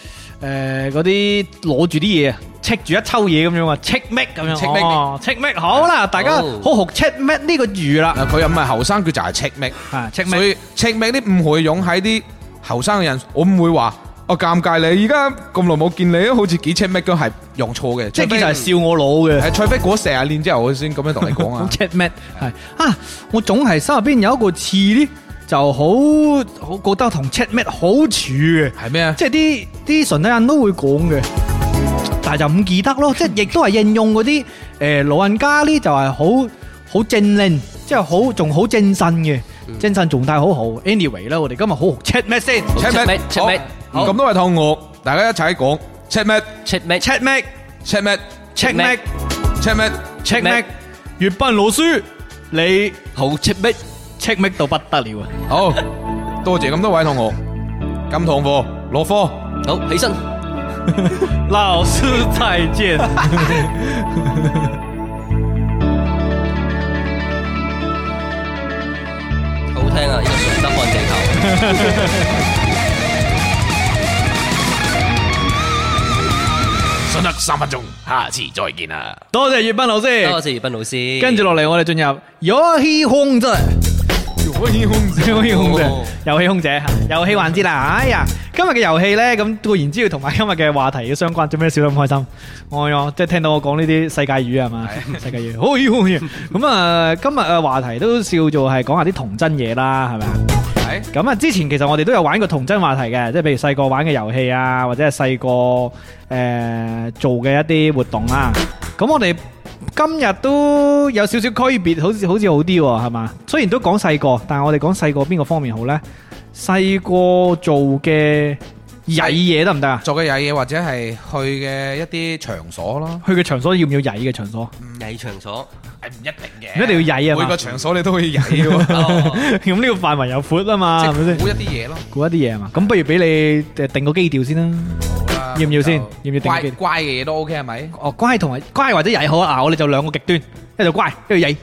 誒誒嗰啲攞住啲嘢啊，check 住一抽嘢咁樣啊，check make 咁樣 check make 哦，check make 好啦，大家好好學 check make 呢個語啦，啊嗱，佢又唔係後生，佢就係 check make。啊 check 所 make 以赤名啲誤會湧喺啲後生嘅人，我唔會話我尷尬你，而家咁耐冇見你，好似幾赤咩都係用錯嘅。即係其實係係笑我腦嘅。除非過成日練之後，我先咁樣同你講好 啊。 check make 係啊，我總係心入邊有一個刺咧，就好好覺得同 check make 好似嘅。係咩啊？即係啲啲順德人都會講嘅，但係就唔記得咯。即係亦都係應用嗰啲誒老人家呢，就係好好正令，即係好仲好精神嘅，精神狀態好好。Anyway 啦，我哋今日好好 check 咩先 check checkmate，checkmate，好好咁多位同學，大家一齊講赤咩出咩？ ？check 咩赤咩？check 咩 checkmate check 咩？ ？check 咩 checkmate？粵賓老師，你好出咩？ check 咩到不得了啊！好多謝咁多位同學，咁堂課落課。好起身，老師再見。好聽啊！呢個順德看鏡頭，順德三分鐘，下次再見啦。多謝粵賓老多師。謝葉斌老師。跟住落嚟，我哋進入遊戲控制。可以控 制遊戲空姐哦，遊戲空姐，遊戲環節啦！哎呀，今日嘅遊戲呢，咁固然之要同埋今日嘅話題嘅相關，做咩笑得咁開心？哎呀，即係聽到我講呢啲世界語係 嘛？世界語，好空姐。咁啊，今日嘅話題都叫做係講下啲童真嘢啦，係咪啊？係咁啊，之前其實我哋都有玩過童真話題嘅，即係譬如細個玩嘅遊戲啊，或者係細個誒做嘅一啲活動啦。咁我哋今日都有少少區別，好似好似好啲喎，係嘛？雖然都講細個，但係我哋講細個邊個方面好呢？細個做嘅曳嘢得唔得啊？做嘅嘢或者係去嘅一啲場所咯。去嘅場所要唔要曳嘅場所？藝場所，係唔一定唔一定要曳啊每個嘛。場所你都可以曳喎，哦 咁呢個範圍又闊啊嘛，係咪即係先？估一啲嘢咯。估一啲嘢啊嘛。咁不如俾你誒定個基調先啦。好啦，要唔要咁先？要就唔要定乖基調？乖嘅嘢都 OK 係咪？哦，乖同埋乖或者曳好啊！嗱我哋就兩個極端，一就乖，一就曳。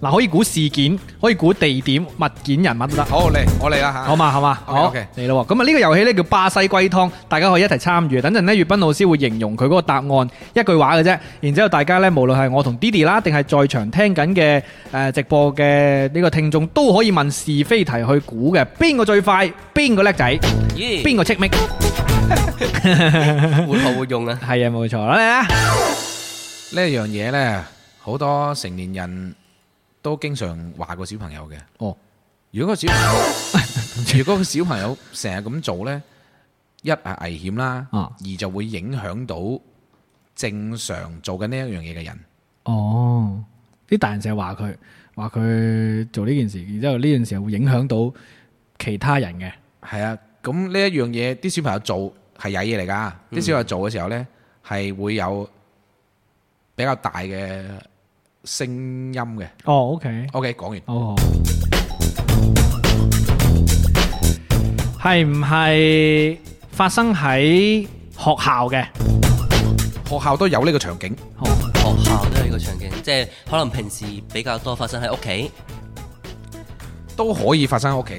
嗱，可以估事件，可以估地點、物件、人物都得。好嚟，我嚟啦吓。好嘛，好嘛，啊 OK，好 OK 嚟咯喎。咁啊，呢個遊戲咧叫巴西龜湯，大家可以一齊參與。等陣咧，粵斌老師會形容佢嗰個答案一句話嘅啫。然之後大家咧，無論係我同 Didi 啦，定係在場聽緊嘅誒直播嘅呢個聽眾，都可以問是非題去估嘅，邊個最快，邊個叻仔，咦，邊個戚咪。活學活用啊？係啊，冇錯啦。嚟啦呢一樣嘢呢，好多成年人都經常話個小朋友嘅。哦，如果個小朋友， 如果個小朋友成日咁做呢，一係危險啦，啊二就會影響到正常做緊呢一樣嘢嘅人。哦，啲大人成日話佢話佢做呢件事，然之後呢件事係會影響到其他人嘅。係啊，咁呢一樣嘢，啲小朋友做係曳嘢嚟㗎。啲小朋友做嘅時候呢，係會有比較大嘅聲音嘅。哦，OK。 OK，講完。哦，系唔系发生喺学校嘅？哦學校都有呢個場景，學校都有呢個場景，即係可能平時比較多發生喺屋企。都可以發生喺屋企。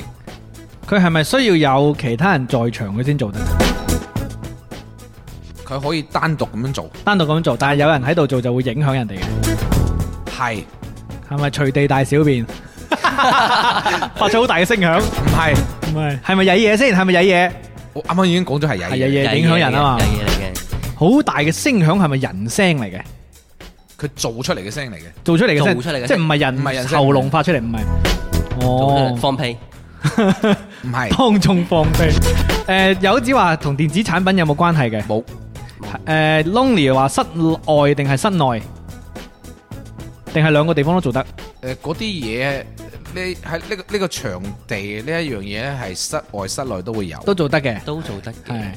佢系咪需要有其他人在場佢先做得？佢可以單獨咁樣做，單獨咁做，但係有人喺度做就會影響人哋嘅，係係咪隨地大小便？發出好大嘅聲響，唔係？唔係係咪曳嘢先？係咪曳嘢？我啱啱已經講咗係係曳曳嘢，嘢影響人啊嘛有！嘢嚟嘅，好大嘅聲響係咪人聲嚟嘅？佢做出嚟嘅聲嚟嘅， 做出嚟嘅聲，做出嚟嘅聲即係唔係人唔係人聲喉嚨發出嚟？唔係哦，放屁，唔係當眾放 屁。誒有子話同電子產品有冇關係嘅？冇誒 Lonely 話室外定係室內，定係兩個地方都做得。誒嗰啲嘢，呢喺呢個呢個場地呢一樣嘢咧，係室外室內都會有，都做得嘅，都做得係嘅。。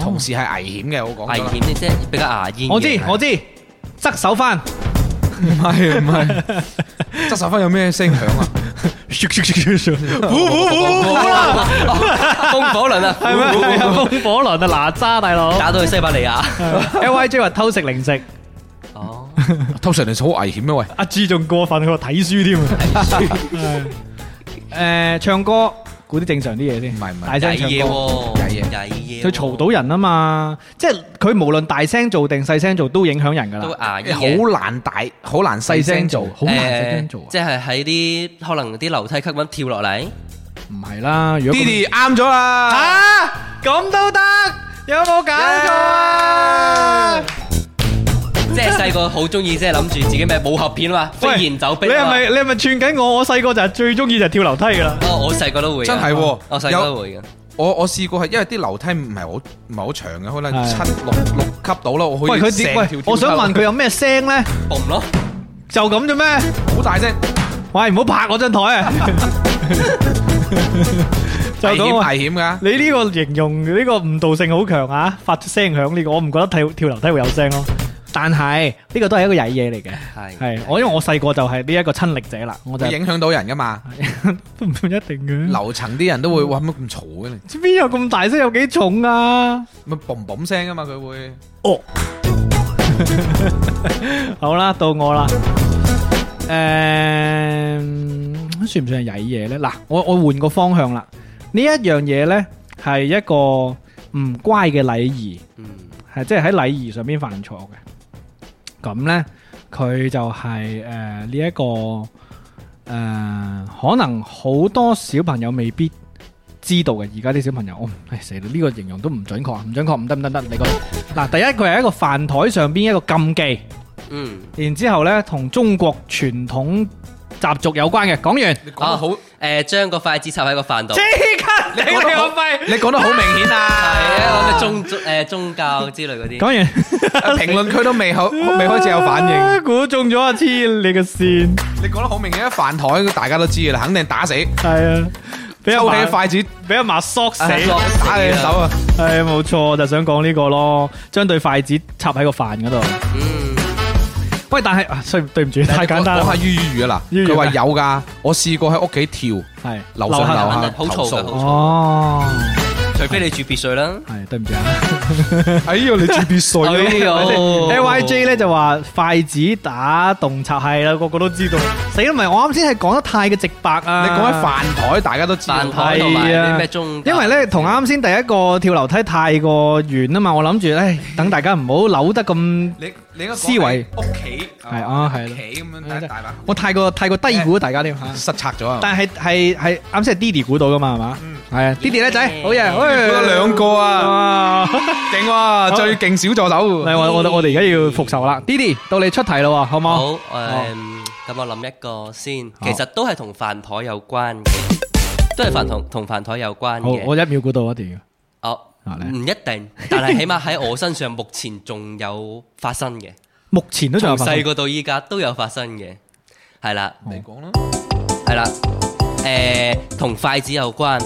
同哦，時係危險嘅，我講危咗啦險啲即係比較牙煙嘅。我知我知，側 手翻。唔係唔係，執手分有咩聲響啊？ 風火輪啊， 係咩？係啊，風火輪啊，哪吒大佬。打到去西伯利亞。 L Y J 話偷食零食，哦，偷食零食好危險啊喂！阿志仲過分，佢話睇 書添。係誒，唱歌估啲正常啲嘢先，唔係唔係大聲曳唱嘢歌。喎，曳嘢曳嘢喎。佢嘈到人啊嘛，即係佢無論大聲做定細聲做都影響人㗎都啦。牙煙嘅。好難大，好難細聲做，好難細聲做啊誒即係喺啲可能啲樓梯級咁跳落嚟，唔係啦，如果咁 Didi 啱咗啦，啊，咁都得，有冇搞錯啊？即係細個好中意，即係諗住自己咩武俠片啊嘛，喂飛檐走壁你係啊嘛。咪你係咪串緊我？我細個就係最中意就係跳樓梯㗎啦。哦，我細個都會㗎，真係喎我細個都會嘅。我我試過係因為啲樓梯唔係好唔係好長嘅，可能係七六六級到啦，我可喂，佢以點？成條喂，跳我想樓問佢有咩聲咧？嘣咯，就咁啫咩？ 好大聲，喂，唔好拍我張台啊！ 就危險咁啊！危險㗎。你呢個形容呢個誤導性好強啊！發出聲響呢個，我唔覺得跳跳樓梯會有聲咯。但係呢個都係一個曳嘢嚟嘅，係係我因為我細個就係呢一個親歷者啦，我就會係影響到人噶嘛？都唔一定嘅。樓層啲人都會哇乜咁嘈嘅你，邊有咁大聲？有幾重啊？咪嘣嘣聲噶嘛佢會。哦，好啦，到我啦。誒、算唔算係曳嘢呢？嗱，我我換個方向啦。呢一樣嘢呢，係一個唔乖嘅禮儀，嗯，係即係喺禮儀上邊犯錯嘅。咁呢，佢就係誒呢一個誒、呃可能好多小朋友未必知道嘅。而家啲小朋友，我、唉死啦！呢、個形容都唔準確，唔準確，唔得唔得唔得，你講。嗱，第一佢係一個飯台上邊一個禁忌，嗯，然之後呢，同中國傳統習俗有關嘅。講完，你講得好，啊誒，將個筷子插喺個飯度。即刻你講得好，你講得好明 顯係啊！啊，我哋宗誒宗教之類嗰啲。講完。評論區都未好，未開始有反應。 啊，估中咗啊！黐你個線，你講得好明顯，飯台大家都知㗎啦，肯定打死，係啊，俾阿抽起嫲筷子俾阿嫲索死，哎啊索係打你隻手啊！冇錯，我就想講呢個咯，將對筷子插喺個飯嗰度。嗯，喂，但係啊，雖對唔住，太簡單講啦下，於於啊於嗱，於佢話有㗎，我試過喺屋企跳係哎樓上樓下好嘈投㗎訴好嘈哦，最除非你住別墅啦。系對唔住啊。哎呀，你住別墅啊哎呦 L Y J 咧就話筷子打洞察係啦，個個都知道。死啦，唔係我啱先係講得太嘅直白啊！你講喺飯台，大家都知道。飯台同埋係啊啲咩中，因為咧同啱先第一個跳樓梯太過遠啊嘛，我諗住咧等大家唔好扭得咁，你你應該講思維屋企係啊係屋咯企咁樣大把我太過太過低估大家添嚇。失策咗啊！但係係係啱先係 Didi 估到噶嘛係嘛？嗯係啊，Didi 咧仔，好嘢，喂，估咗兩個 啊！勁喎，最勁小助手。嚟我我我哋而家要復仇啦，Didi 到你出題咯喎，好唔好？好誒，咁我諗一個先，其實都係同飯台有關嘅，都係飯同同飯台有關好，我嘅。一秒估到一定要。哦，啊你唔一定，但係起碼喺我身上目前仲有發生嘅，目前都仲有從發生細個到依家都有發生嘅，係啦，你講啦，係啦，誒，同筷子有關，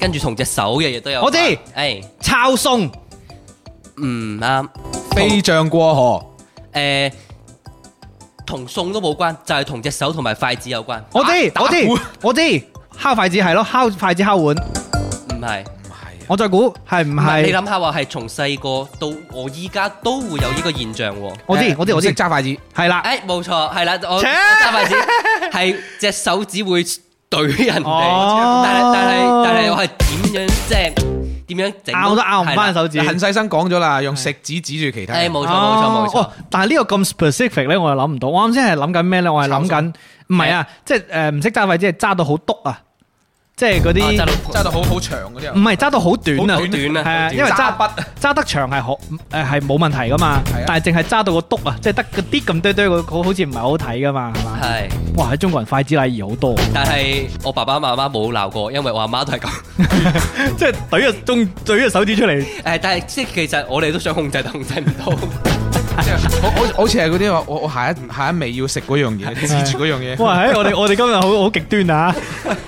跟住同隻手日日都有關。我知誒，抄送唔嗯啱，飛象過河，誒，同餸都冇關，就係同隻手同埋筷子有關，我知我知我知，敲筷子係咯，敲筷子敲碗。唔係。唔係啊，我再估係唔唔係你係？諗下話係從細個到我依家都會有呢個現象喎。我知我知我唔知識，揸筷子，係啦。誒冇錯，係啦，我我切揸筷子係隻手指會懟人哦哋，但係但係但係我係點樣即係點樣整拗都拗唔翻手。手指。恨細生講咗啦，用食指指住其他誒人。冇錯冇錯冇哦錯哦，但係呢個咁 specific 咧，我又諗唔到。我啱先係諗緊咩咧？我係諗緊，唔係啊，即係誒唔識揸筷子，係揸到好篤啊，即係嗰哦，揸啲揸到到好好長嗰啲唔啊，係揸到好短啊，好短啊係啊，好短因為揸揸筆揸得長係好誒係冇問題噶嘛係啊，但係淨係揸到個篤啊，即係得嗰啲咁堆堆個個好似唔係好睇噶嘛，係嘛？係，哇！喺中國人筷子禮儀好多， 但係我爸爸媽媽冇鬧過，因為我阿媽都係咁。即係懟個中懟個手指出嚟。誒，但係即係其實我哋都想控制，但控制唔到。即係好好好似係嗰啲話，我我下一下一味要食嗰樣嘢，指住嗰樣嘢。哇！喺我哋我哋今日好好極端啊！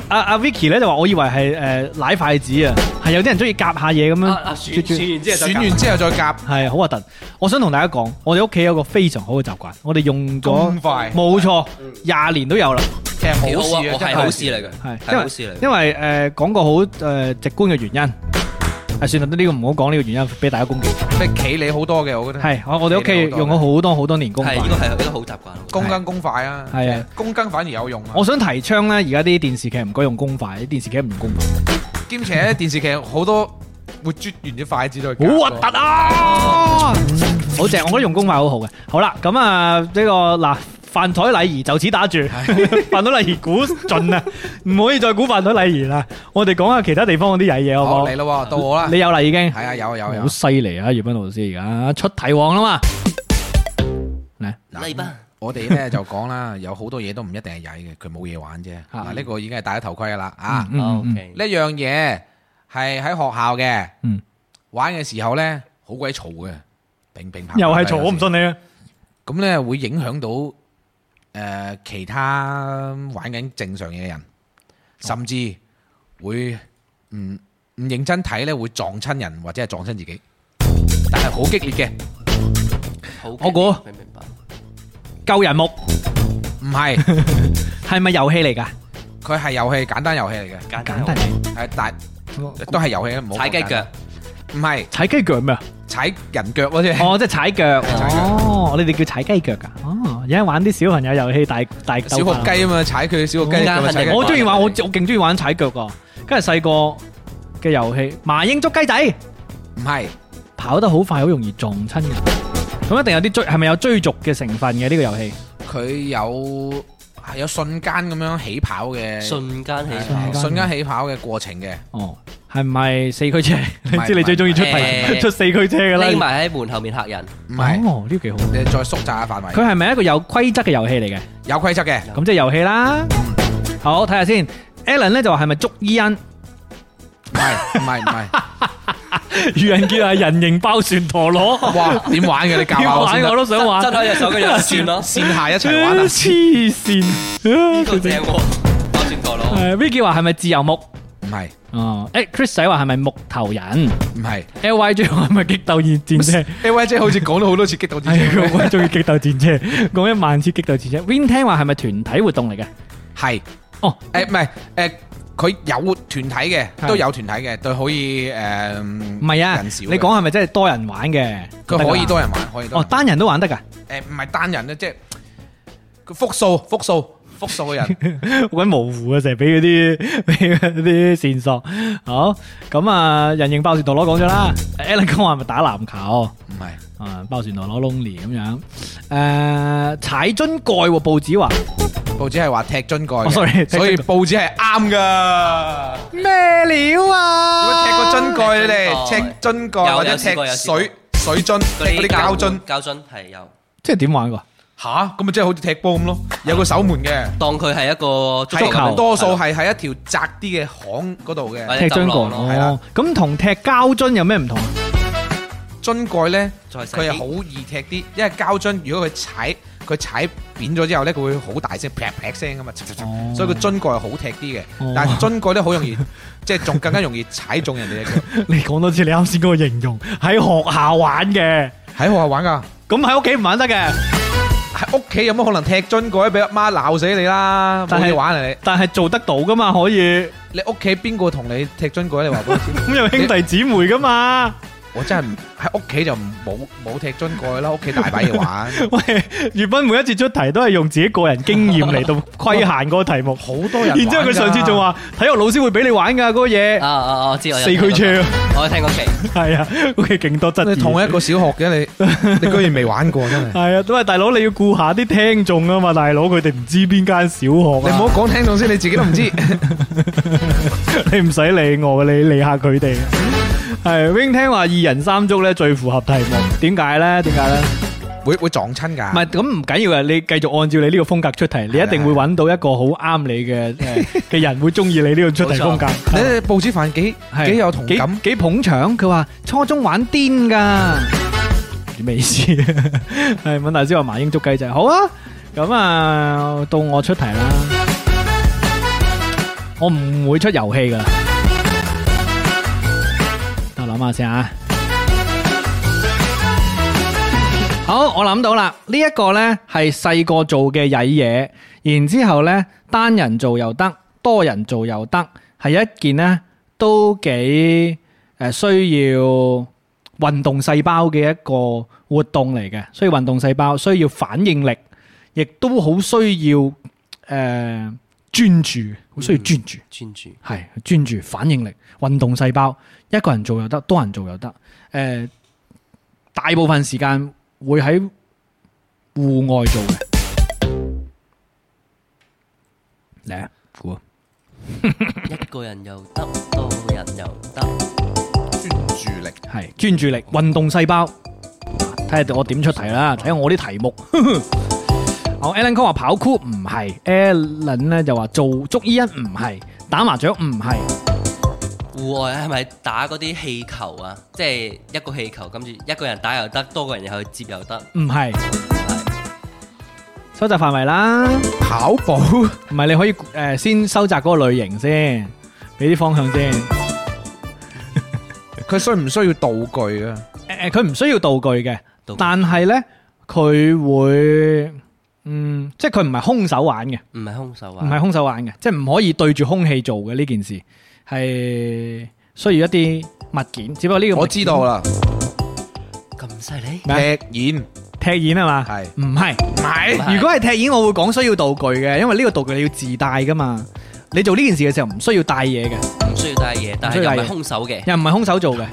阿阿 Vicky 咧就話：我以為係誒奶筷子啊，係有啲人中意夾下嘢咁啊樣啊，選啜啜選完之後就選完之後再夾，係好核突。我想同大家講，我哋屋企有個非常好嘅習慣，我哋用咗咁快冇錯廿年都有啦，其實搞好好啊事啊，，我真係好事嚟係嘅，係因為好事嚟嘅。因為誒講個好誒直觀嘅原因。啊，算啦，呢個唔好講呢個原因，俾大家攻擊。你企你好多嘅，我覺得。係，我我哋屋企俾你好多用咗好多好多年公筷係。呢個係一個好習慣。公斤公筷啊，係啊，公斤反而有用啊。我想提倡咧，而家啲電視劇唔該用公筷，啲電視劇唔用公筷。兼且咧電視劇好多會啜完隻筷子都去夾好核突啊！好正，我覺得用公筷好好嘅。好啦，咁啊呢個嗱。飯台禮儀就此打住， 飯台禮儀估盡啊，唔可以再估飯台禮儀啦。我哋講下其他地方嗰啲曳嘢好好唔嚟咯，到我好？啦。你有啦已經，係啊，有啊有啊有好啊。犀利啊！葉斌老師而家出題王啦嘛，嚟吧，我哋咧就講啦，有好多嘢都唔一定係曳嘅，佢冇嘢玩啫。嗱，呢個已經係戴咗頭盔噶啦啊！嗯嗯 OK 呢樣嘢係喺學校嘅嗯，玩嘅時候咧好鬼嘈嘅，乒乒乓乓又係嘈，我唔有時。信你啊！咁咧會影響到誒其他玩緊正常嘢嘅人，哦甚至會唔唔認真睇咧，會撞親人或者係撞親自己，但係好激烈嘅，好嘅我估明明白。救人木唔 係係咪遊戲嚟㗎？佢係遊戲簡單遊戲嚟嘅，簡簡單嚟，係但都係遊戲唔好講哦踩雞腳簡單，唔係踩雞 腳係咩啊？踩人腳咯啫。哦，即係踩腳。踩腳哦，你哋叫踩雞腳㗎？哦，而家玩啲小朋友遊戲大大鬥 小學法雞啊嘛，踩佢小學哦雞，咁啊踩肯定佢我中意玩，我我勁中意玩踩腳噶。跟住細個嘅遊戲，麻英捉雞仔，唔係跑得好快，好容易撞親嘅。咁一定有啲追，係咪有追逐嘅成分嘅呢個遊戲？佢有係有瞬間咁樣起跑嘅，瞬間起間係瞬間起跑嘅過程嘅。哦，係咪四驅車？你知你最中意出題誒出四驅車噶啦。匿埋喺門後面嚇人，唔係，哦，呢個幾好。你再縮窄下範圍。佢係咪一個有規則嘅遊戲嚟嘅？有規則嘅，咁即係遊戲啦。好，睇下先。Alan 咧就話係咪捉伊恩？唔係唔係 唔係，愚人傑係人形包船陀 螺，哇點玩嘅？你教下要我先玩我得，，都想玩。啊真開隻手跟住算咯線下一齊玩啊！黐線。呢個正喎，包轉陀螺，诶，Vicky 话系咪自由木？ 唔係哦，嗯诶，Chris 仔话系咪木头人唔係？L Y J 话系咪激斗熱戰車？ ，A Y 姐好似講咗好多次激到自己系，佢好中意激鬥戰車， 講一萬次激鬥戰車。Win 聽話係咪團體活動嚟嘅？係哦，誒唔係誒，佢有團體嘅，係都有團體嘅，對可以诶，唔係啊，人少嘅你講係咪真係多人玩嘅？佢可以得㗎多人玩，可以多哦，人玩。單人都玩得㗎，诶，唔係單人咧，即係佢複數、複數、複 數嘅人。好鬼模糊啊，成日俾嗰啲 俾嗰啲線索。好，咁啊，人形爆旋陀螺講咗啦，Alan 講話係咪打籃球？唔係啊，包船陀螺 lonely 咁樣，诶、踩樽蓋喎，報紙話報紙係話踢樽蓋哦嘅，sorry，踢樽蓋所以報紙係啱噶。咩料有冇踢過啊？樽蓋？你哋踢踢樽有蓋或者有踢試過有試過水水樽、踢嗰啲膠樽。膠樽係有，即係點玩噶？吓，咁咪即係好似踢波咁咯，有個守門嘅。當佢係一個足係球多 Ờ, 數係喺一條窄啲嘅巷嗰度嘅或者踢樽蓋走廊係啦哦，咁同踢膠樽有咩唔同啊？ 樽蓋呢，再細啲佢係好易踢啲，因為膠樽如果佢踩佢踩扁咗之後呢，佢會好大聲劈劈聲噶嘛，嚓嚓嚓哦所以個樽蓋係好踢啲嘅哦，但係樽蓋呢，好容易即係仲更加容易踩中人哋嘅腳。你講多次你啱先嗰個形容，喺學校玩嘅，喺學校玩㗎，咁喺屋企唔玩得嘅，喺屋企有乜可能踢樽蓋俾阿媽鬧死你啦？冇但係嘢玩啊你！但係做得到噶嘛，可以，你屋企邊個同你踢樽蓋？你話俾我知。 咁有兄弟姊妹噶嘛？我真係唔喺屋企就冇冇踢樽蓋啦，屋企大把嘢 玩。喂，粵斌每一次出題都係用自己個人經驗嚟到規限嗰個題目，好多人玩㗎，然之後佢上次仲話體育老師會俾你玩㗎嗰個嘢啊，啊啊！我知我有四驅聽車。過，我有聽過期。系啊，屋企勁多質你疑。同一個小學嘅你， 你居然未玩過真係。係啊，都係大佬你要顧下啲聽眾啊嘛，大佬佢哋唔知邊間小學你啊唔好講聽眾先，你自己都 唔知。你唔使理我，你理下佢哋。係 wing 聽話二人三足咧最符合題目，點解咧？點解咧？會會撞親㗎。唔係咁唔緊要嘅，你繼續按照你呢個風格出題，你一定會揾到一個好啱你嘅誒嘅人會中意你呢個出題風格。你哋報紙飯幾係幾有同感幾？幾捧場。佢話初中玩癲㗎，咩意思？ 係問大師話麻英捉雞仔，好啊。咁啊，到我出題啦。我唔會出遊戲噶啦。等我諗下先啊。好，我諗到啦，呢、一個呢係細個做嘅曳嘢，然之后咧單人做又得，多人做又得，係一件呢都幾诶需要運動細胞嘅一個活動嚟嘅，需要運動細胞，需要反應力，亦都好需要诶专注，好需要專注。專注係專注反應力、運動細胞，一個人做又得，多人做又得。誒、呃大部分時間會喺户外做嘅。嚟啊，估啊一個人又得，多人又得，專注力係專注力、運動細胞。睇下我點出題啦，睇下我啲題目。 我 Alan 哥話跑酷唔係，Alan 咧就話做捉伊人唔係，打麻雀唔係。户外係咪打嗰啲氣球啊？即係一個氣球，跟住一個人打又得，多個人又去接又得。唔係，收集範圍啦，跑步 唔係你可以诶、呃先收集嗰個類型先，俾啲方向先。佢需唔需要道具啊？诶、呃佢唔需要道具嘅道具，但係呢，佢會嗯，即係佢唔係空手玩嘅，唔係空手啊！唔係空手玩嘅，即係唔可以對住空氣做嘅呢件事，係需要一啲物件。只不過呢個我物件知道啦，咁犀利，踢咩啊毽踢毽係啊嘛，係唔係？唔係係如果係踢毽，我會講需要道具嘅，因為呢個道具你要自帶噶嘛。你做呢件事嘅時候唔需要帶嘢嘅。唔需要帶嘢，但係又唔係空手嘅。又唔係空手做嘅。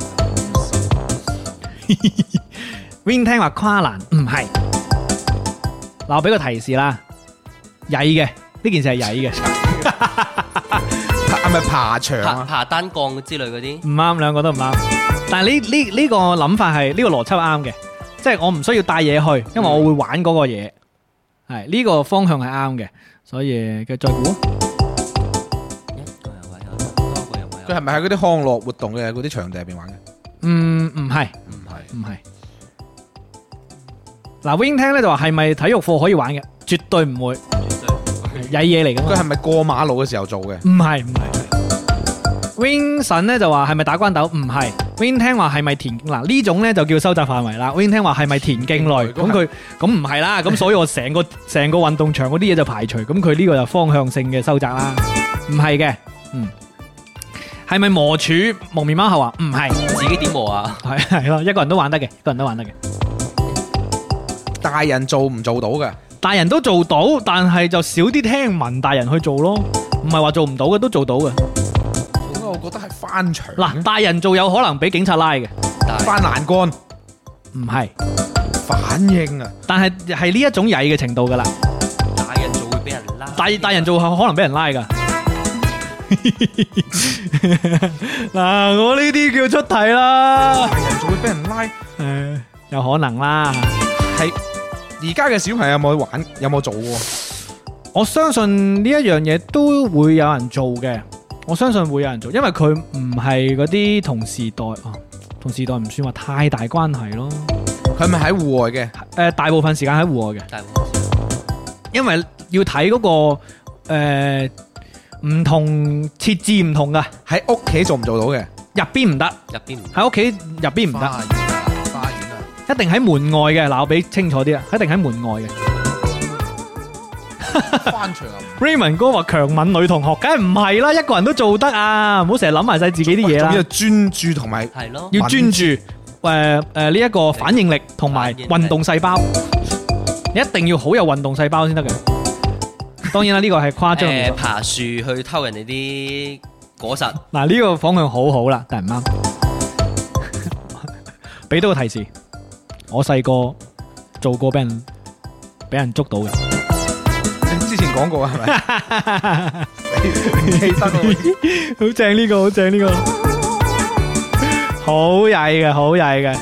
Win 聽話跨欄唔係，嗱我俾個提示啦，曳嘅呢件事係曳嘅，係咪爬牆爬啊？爬單槓之類嗰啲，唔啱兩個都唔啱。但係呢呢呢個諗法係呢、個邏輯啱嘅，即係我唔需要帶嘢去，因為我會玩嗰個嘢，係呢、個方向係啱嘅，所以嘅再估一個人玩又得，啊多個人玩又佢係得。咪喺嗰啲康樂活動嘅嗰啲場地入邊玩嘅？嗯唔係唔係，唔係。嗱 Win 聽咧就話係咪體育課可以玩嘅？絕對唔會，曳嘢嚟㗎嘛佢。係咪過馬路嘅時候做嘅？唔係唔係。Wing 神咧就話係咪打關斗？唔係。Wing 聽話係咪田嗱呢種咧就叫收集範圍啦。Wing 聽話係咪田徑類？咁佢咁唔係啦。咁所以我 成個成個運動場嗰啲嘢就排除。咁佢呢個就方向性嘅收集啦。唔係嘅，系咪磨柱蒙面貓后啊？唔係，自己點磨啊？係係咯，一個人都玩得嘅，一個人都玩得嘅。大人做唔做到嘅？大人都做到，但係就少啲聽聞大人去做咯。唔係話做唔到嘅，都做到嘅。點解我覺得係翻牆啊嗱，大人做有可能俾警察拉嘅，但係翻欄杆唔係，反應啊！但係係呢一種曳嘅程度噶啦。大人做會俾人拉，大大人做可能俾人拉噶。 嗱，我呢啲叫出題啦，大人仲會俾人拉，誒有可能啦。係而家嘅小朋友有冇玩？有冇做過？我相信呢一樣嘢都會有人做嘅，我相信會有人做，因為佢唔係嗰啲同時代啊，同時代唔算話太大關係咯。佢咪喺户外嘅？誒、大部分時間喺户外嘅，大人因為要睇嗰、個誒唔、同設置唔同噶，喺屋企做唔做到嘅？入邊唔得，入邊唔喺屋企入邊唔得。花園啊，花園啊！一定喺門外嘅，嗱我俾清楚啲啦，一定喺門外嘅。翻牆 啊！ Raymond 哥話強吻女同學，梗係唔係啦，一個人都做得啊，唔好成日諗埋晒自己啲嘢哦啦仲要，專注同埋係咯，要專注，誒誒呢一個反應力同埋反應力運動細胞，你一定要好有運動細胞先得嘅。當然啦，呢個係誇張嘅誒做法。爬樹去偷人哋啲 果實，嗱呢個方向好好啦，但係唔啱。 俾到個提示，我細個做過俾人俾人捉到嘅。 之前講過係咪？ 你唔記得喎好正呢個，好正呢個，好曳嘅，好曳嘅。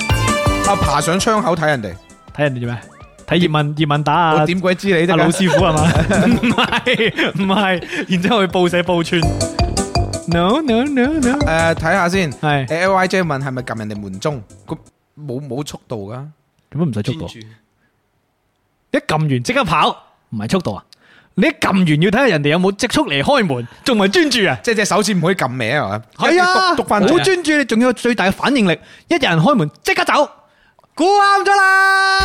啊！爬上窗口睇人哋，睇人哋做咩？睇葉問，葉問打啊我點鬼知你阿得老㗎？師傅 係嘛？唔係唔係，然之後去報社報串。No no no no，誒，睇下先。係 L Y J 問係咪撳人哋門鐘？佢冇冇速度㗎？做乜唔使速專度？注一撳完即刻跑，唔係速度啊！你一撳完要睇下人哋有冇即速嚟開門，仲唔係專注啊？即係隻手指唔可以撳歪啊！係啊，篤翻好專注，你仲要有最大嘅反應力，一有人開門即刻走，估啱咗啦！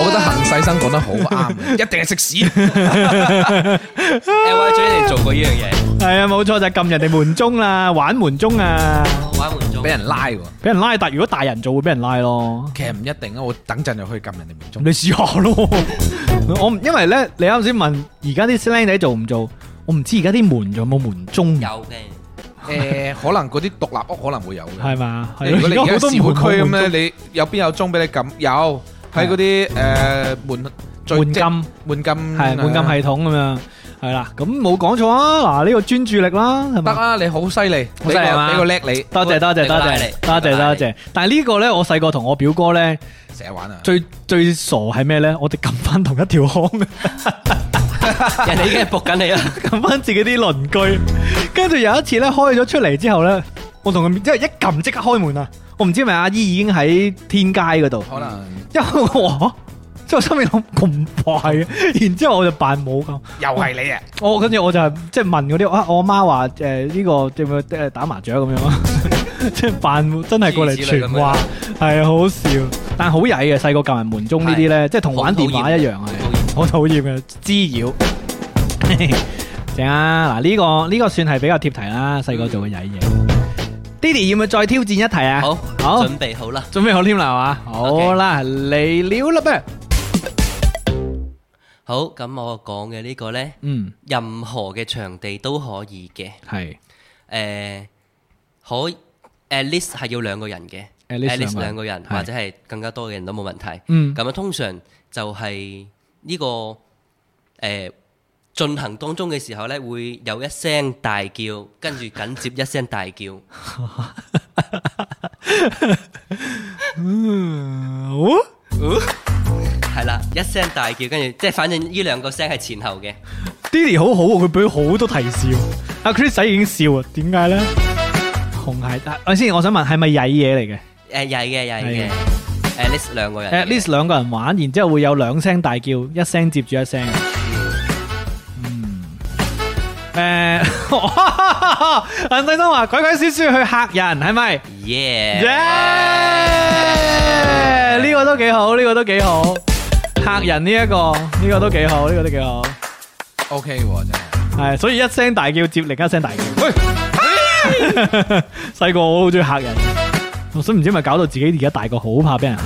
我覺得恒世生講得好 啱嘅，一定係食 屎。 L Y J 你做過呢樣嘢，系啊，冇錯就係撳人哋門鐘啦，玩門鐘啊，玩換咗俾人拉喎。俾人拉，但如果大人做會俾人拉咯，其實唔一定啊，我等陣就去撳人哋門咁 鐘。你試下咯。我唔因為咧，你啱先問而家啲僆仔做唔做，我唔知而家啲門仲有冇門鐘，有嘅，誒，可能嗰啲獨立屋可能會有嘅。係嘛？係如果你咯而家市區冇咁門咧，你有邊有鐘俾你撳？有喺嗰啲誒門最門即禁係門禁係門禁啊系統咁樣，係啦，咁冇講錯啊！嗱，呢個專注力啦，係得咪？啊！你好犀利，好犀利俾個啊俾個叻你，多謝多謝你多個拉謝多謝力你個拉多力謝，但係呢個咧，我細個同我表哥咧。成日玩啊！最最傻係咩咧？我哋撳翻同一條巷， 人哋已經係仆緊你啦，撳翻自己啲鄰居。跟住有一次咧，開咗出嚟之後咧，我同佢即係一撳即刻開門啊！我唔知係咪阿姨已經喺天街嗰度，可能因為我話即係我心裏諗咁快嘅，然之後我就扮冇咁。又係 你啊！我跟住我就係即係問嗰啲啊，我阿媽話誒呢個點樣誒打麻雀咁樣啊， 即係扮真 係過嚟傳話，係啊，好好笑。但係好曳嘅，細個教人門鐘呢啲咧，即係同玩電話一樣啊，好討厭嘅滋擾。 正啊！嗱，呢個呢個算係比較貼題啦，細個做嘅曳嘢。Didi 要唔要再挑戰一題啊？好， 好準備好啦。準備好添啦，係嘛？好啦，嚟料啦噃。好，咁我講嘅呢個呢，嗯，任何嘅場地都可以嘅。係誒，呃可 at least 係要兩個人嘅 At least 兩個人兩個人係或者係更加多嘅人都冇問題。嗯咁啊，通常就係呢個誒進行當中嘅時候咧，會有一聲大叫，跟住緊接一聲大 叫，嗯，好。係啦，一聲大叫，跟住即係反正呢兩個聲係前後嘅。 Didi 好好喎，佢俾好多提示喎。阿 Chris 仔已經笑啊，點解咧？紅鞋帶，我先，我想問係咪曳嘢嚟嘅誒曳嘅曳係嘅，at least 兩個人？at 嘅。 least 兩個人玩，然之後會有兩聲大叫，一聲接住一聲。嗯，誒、林世生話鬼鬼祟祟去嚇人，係咪？耶！ yeah，呢個都幾好，呢個都幾好。嚇人呢一個，呢個都幾好，呢個都幾好。 OK 喎，真係系，所以一聲大叫接另一聲大叫。細個我好中意嚇人，我所以唔知咪搞到自己而家大個好怕俾人嚇。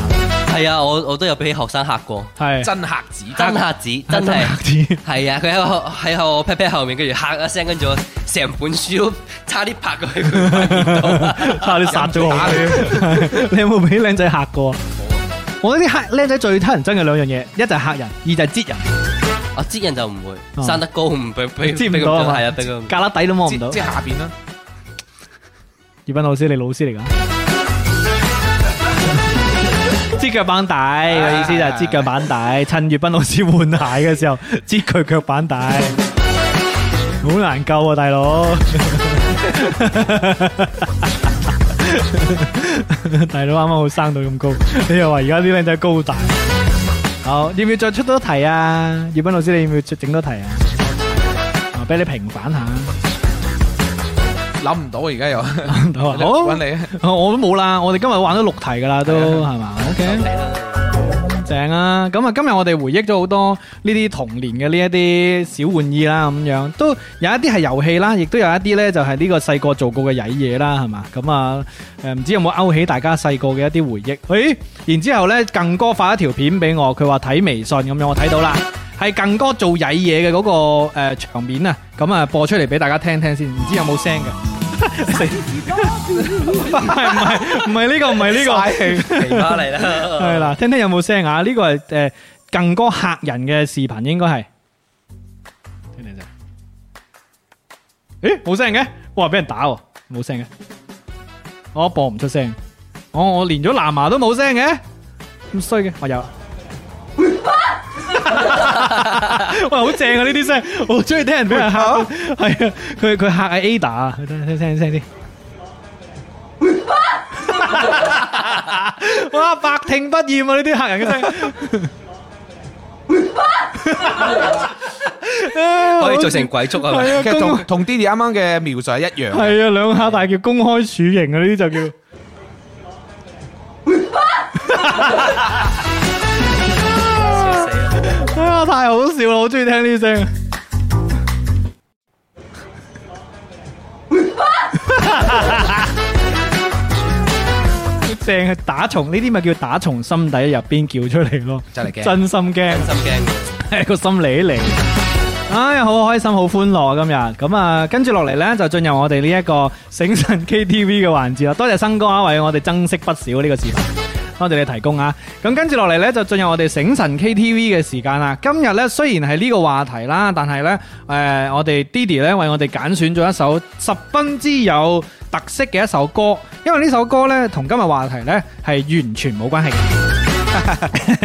係啊，我我都有俾學生嚇過，係真客子，真嚇子，真真係嚇。子，係啊，佢喺我喺我 pat pat 後面，跟住嚇一聲，跟住我成本書都 差啲拍過去佢塊面度。 差啲殺咗我。係 你有冇俾僆仔嚇過？啊我覺得啲嚇僆仔最得人憎嘅兩樣嘢，一就係嚇人，二就係擠人，我知人就唔會，哦生得高唔俾俾擠俾唔佢到啊咁嘛，係啊，俾佢隔旯底都摸即唔到即。係下邊啦，葉斌老師，你老師嚟㗎？擠腳板底嘅意思就係擠腳板底，趁葉斌老師換鞋嘅時候擠佢腳板底，好難救啊，大佬！大佬啱啱好生到咁高，你又話而家啲靚仔高大，好要唔要再出多題啊？葉斌老師，你要唔要再整多題啊？啊，俾你平反下，諗唔到而家又，好啊好揾你啊，啊我都冇啦，我哋今日玩咗六題噶啦，都係嘛？OK，正啊！咁啊，今日我哋回憶咗好多呢啲童年嘅呢一啲小玩意啦，咁樣都有一啲係遊戲啦，亦都有一啲呢就係呢個細個做過嘅曳嘢啦，係嘛？咁啊，誒唔知有冇勾起大家細個嘅一啲回憶？誒，然之後呢，更哥發一條片俾我，佢話睇微信咁樣，我睇到啦。係更哥做曳嘢嘅嗰個誒、呃、場面啊，咁啊播出嚟俾大家聽聽先，唔知有冇聲嘅？唔係唔係唔係呢個唔係呢個，皮巴嚟啦。係啦，聽聽有冇聲啊？呢個係誒更哥嚇人嘅視頻，應該係聽聽先。咦，冇聲嘅，哇，俾人打喎，冇聲嘅，我播唔出聲，我我連咗藍牙都冇聲嘅，咁衰嘅，我有啦。 喂，好正啊！呢啲聲， 我好中意聽人俾人嚇，係啊，佢佢嚇係 Ada 啊，聽聽聽聽先。哇！百聽不厭啊，呢啲嚇人嘅聲， 可以做成鬼畜啊！係咪係啊，其公實同同 Didi 啱啱嘅描述係一樣嘅，係啊，兩下大叫公開處刑啊，呢啲就叫。啊！太好笑啦，我好中意聽呢啲聲。 正係打從呢啲咪叫打從心底入邊叫出嚟咯，真係驚真心驚。真心驚嘅。系个心理嚟。唉，哎好開心，好歡樂啊！今日咁啊，跟住落嚟呢，就進入我哋呢一個醒神 KTV 嘅環節啦。多謝生哥啊，為我哋增色不少呢個視頻，多謝你提供啊！咁跟住落嚟呢，就進入我哋醒神 KTV 嘅時間啦。今日呢，雖然係呢個話題啦，但係呢，誒、我哋 Didi 呢，為我哋揀選咗一首十分之有特色嘅一首歌，因為呢首歌呢，同今日話題呢，係完全冇關係嘅。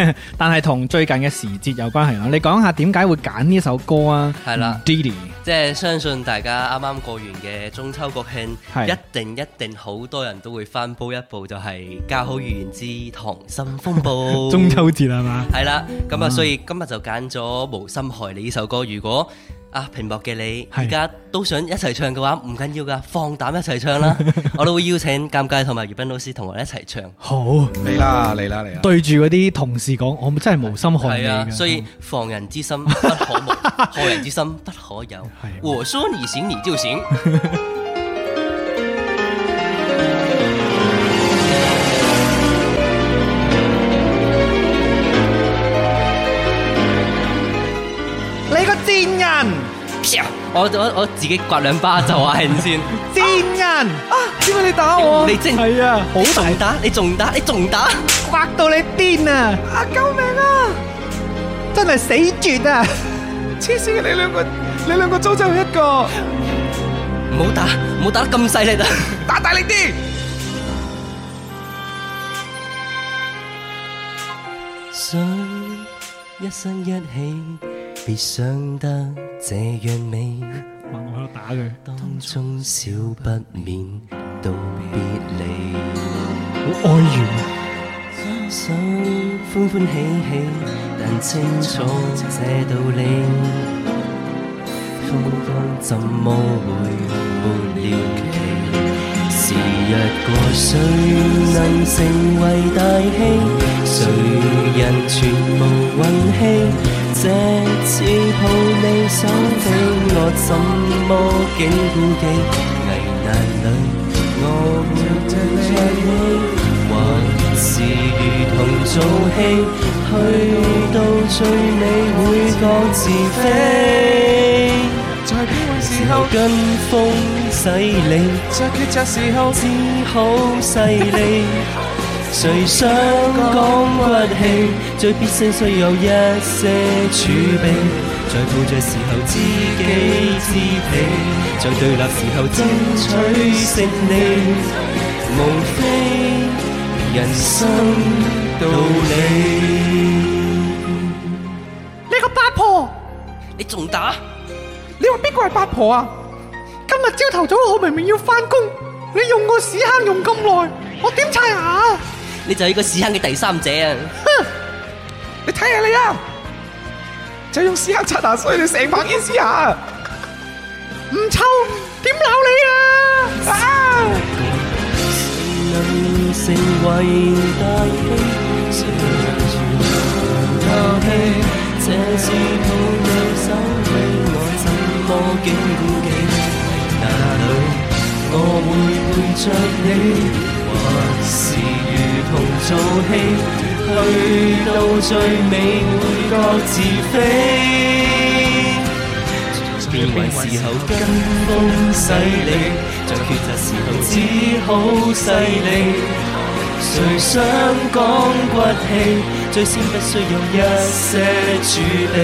但係同最近嘅時節有關係啦。你講下點解會揀呢首歌啊？係啦，Didi 即係相信大家啱啱過完嘅中秋國慶，係一定一定好多人都會翻煲一部就係《教好語言之溏心風暴》。 中秋節係嘛？係啦，咁啊，嗯所以今日就揀咗《無心害你》呢首歌。如果啊屏幕嘅你係而家都想一齊唱嘅話，唔緊要噶，放膽一齊 唱啦！我都會邀請尷尬同埋粵斌老師同我哋一齊唱。好，嚟啦嚟啦嚟啦，對住嗰啲同事講，我真係無心害你係啊，嘅。所以防人之心不可 無，害人之心不可有。啊我說你行，你就行。你個賤人，我我我自己刮兩巴就話人 先，賤人啊！點解你打你真係啊，好大仲打，你仲打，你仲打，刮到你癲啊！啊，救命啊！真係死絕啊！黐線嘅你兩個，你兩個租就一個，唔好打，唔好打得咁犀利啦！打大力啲，想一生一起，別想得這樣美，我喺度打佢，當中少不免道別離。好哀怨。想歡歡喜喜，但清楚這道理，風光怎麼會沒了期？時日过谁能成为大器？谁人全无运气？这次抱你手臂，我怎么竟顾忌？危难里我会着你，还是如同做戏，去到最尾会各自飞。時候跟風洗你，在抉擇時候只好細膩。誰想講骨氣，最必須需有一些儲備。在抱着時候知己知彼，在對立時候爭取勝利。無非人生道理。你個八婆，你仲打？你話邊個係八婆啊？今日朝頭早我明明要翻工，你用個屎坑用咁耐，我點刷牙啊？你就係個屎坑嘅第三者啊！你睇下你啊，就用屎坑刷牙，所以你成棚煙屎牙。唔臭點鬧你啊？啊！能成為大器，誰能全拋棄？這是抱你手臂，我怎麼竟顧忌？哪裏我會陪着你，還是如同做戲，去到最尾會各自飛。變為時候跟風洗你，在抉擇時候只好細膩。誰想講骨氣，最先不需要一些儲備。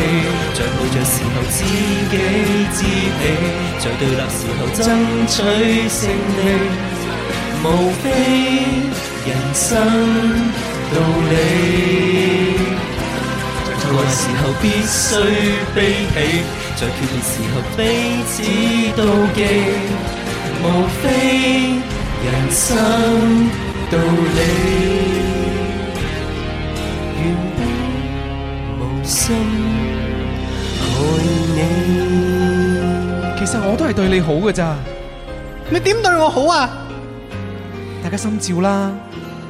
在抱着時候知己知彼，在對立時候爭取勝利。無非人生道理。在愛時候必須悲喜，在決裂時候彼此妒忌，無非人生道理，願你無心害你。其實我都係對你好嘅咋，你點對我好啊？大家心照啦，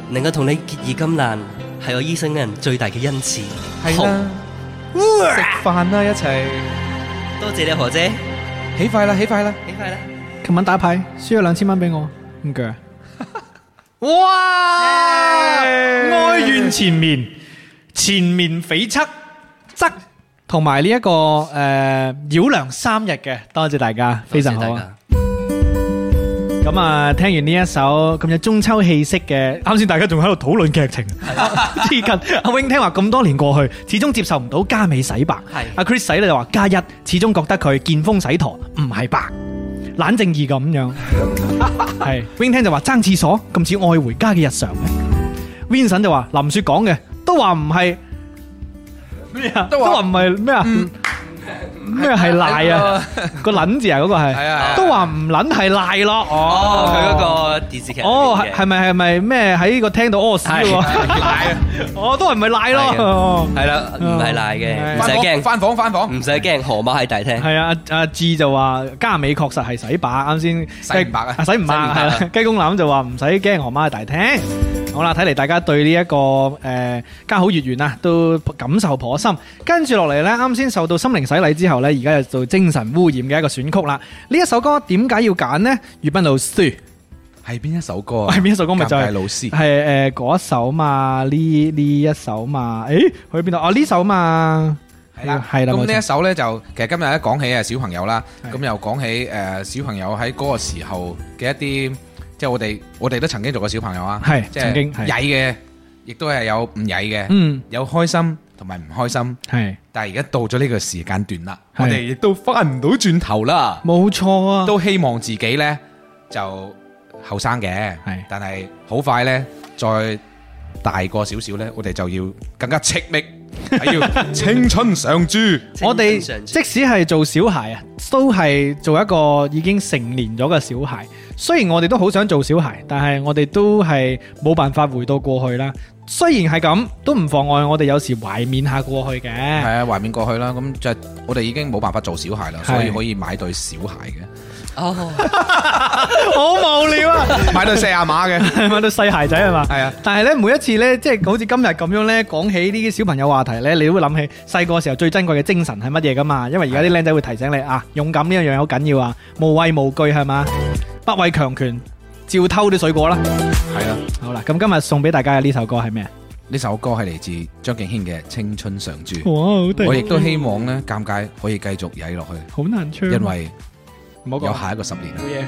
能夠同你結義金蘭，係我醫生人最大嘅恩賜。係啦，食飯啦一齊，多謝你何姐，起快啦起快啦，你快啦！琴晚打牌輸咗兩千蚊俾我，唔鋸。哇！啊哀怨前面，前面匪侧侧，同埋呢一個呃诶繞梁三日嘅，多謝大家，非常好多謝啊大！家咁啊，聽完呢一首咁有中秋氣息嘅，啱先大家仲喺度討論劇情， 黐筋。阿 wing 聽話咁多年過去，始終接受唔到加美洗白。係阿 Chris 洗咧就話加一，始終覺得佢見風洗陀，唔係白，懶正義咁 樣。係 wing 聽就話爭廁所，咁似愛回家嘅日常嘅。Vincent 就話林雪講嘅，都話唔係咩啊，都話唔係咩啊，咩係賴 啊，個撚字啊嗰個係。係啊，都話唔撚係賴咯。哦，佢嗰哦，個電視劇入哦，係面嘅係咪係咪咩喺個廳度屙屎喎？哦，都係唔係賴係啊咯。係啦，唔係賴嘅，唔翻使房驚，翻房翻房，唔使驚，河馬喺大廳。係啊，阿阿志就話加美確實係洗白，啱先洗唔白啊洗唔白洗唔白係 啊啦。雞公欖就話唔使驚河媽喺大廳。好啦，睇嚟大家對呢、一個誒、呃家好月圓啊，都感受頗深。跟住落嚟呢，啱先受到心靈洗禮之後呢，而家又做精神污染嘅一個選曲啦。呢一首歌點解要揀呢？粵斌老師。 係邊一首歌啊？係邊一首歌咪就係尷尬老師系诶嗰一首嘛，呢呢一首嘛，诶去邊度？哦呢首嘛，係啦，係啦，咁冇呢一錯首呢，就其實今日一講起啊小朋友啦，係咁又講起誒小朋友喺嗰個時候嘅一啲，即係我哋我哋都曾經做過小朋友啊，係即曾係經係曳嘅，亦都係有唔曳嘅，嗯有開心同埋唔開心。係但係而家到咗呢個時間段啦，係我哋亦都翻唔到轉頭啦，冇錯啊，都希望自己呢就後生嘅係，但係好快呢，再大個少少呢，我哋就要更加赤力，係要青春常駐。我哋精神即上使係做小孩啊，都係做一個已經成年咗嘅小孩。雖然我哋都好想做小孩，但係我哋都係冇辦法回到過去啦。雖然係咁，都唔妨礙我哋有時懷緬下過去系嘅。啊，懷緬過去啦，咁就我哋已經冇辦法做小孩啦，係所以可以買對小孩嘅。 哦， 好無聊啊！買對四廿碼嘅，買到細鞋仔係嘛？係啊。但係咧，每一次咧，即係好似今日咁樣咧，講起呢啲小朋友話題咧，你都會諗起細個時候最珍貴嘅精神係乜嘢噶嘛？因為而家啲僆仔會提醒你啊，勇敢呢樣嘢好緊要啊，無畏無懼係嘛，不畏強權，照偷啲水果啦。係啊，好啦，咁今日送俾大家嘅呢首歌係咩？呢首歌係嚟自張敬軒嘅《青春常駐》， 哇，好我亦都希望呢，尷尬可以繼續曳落去，好難唱因為唔嗯好有下一個十年。嘢。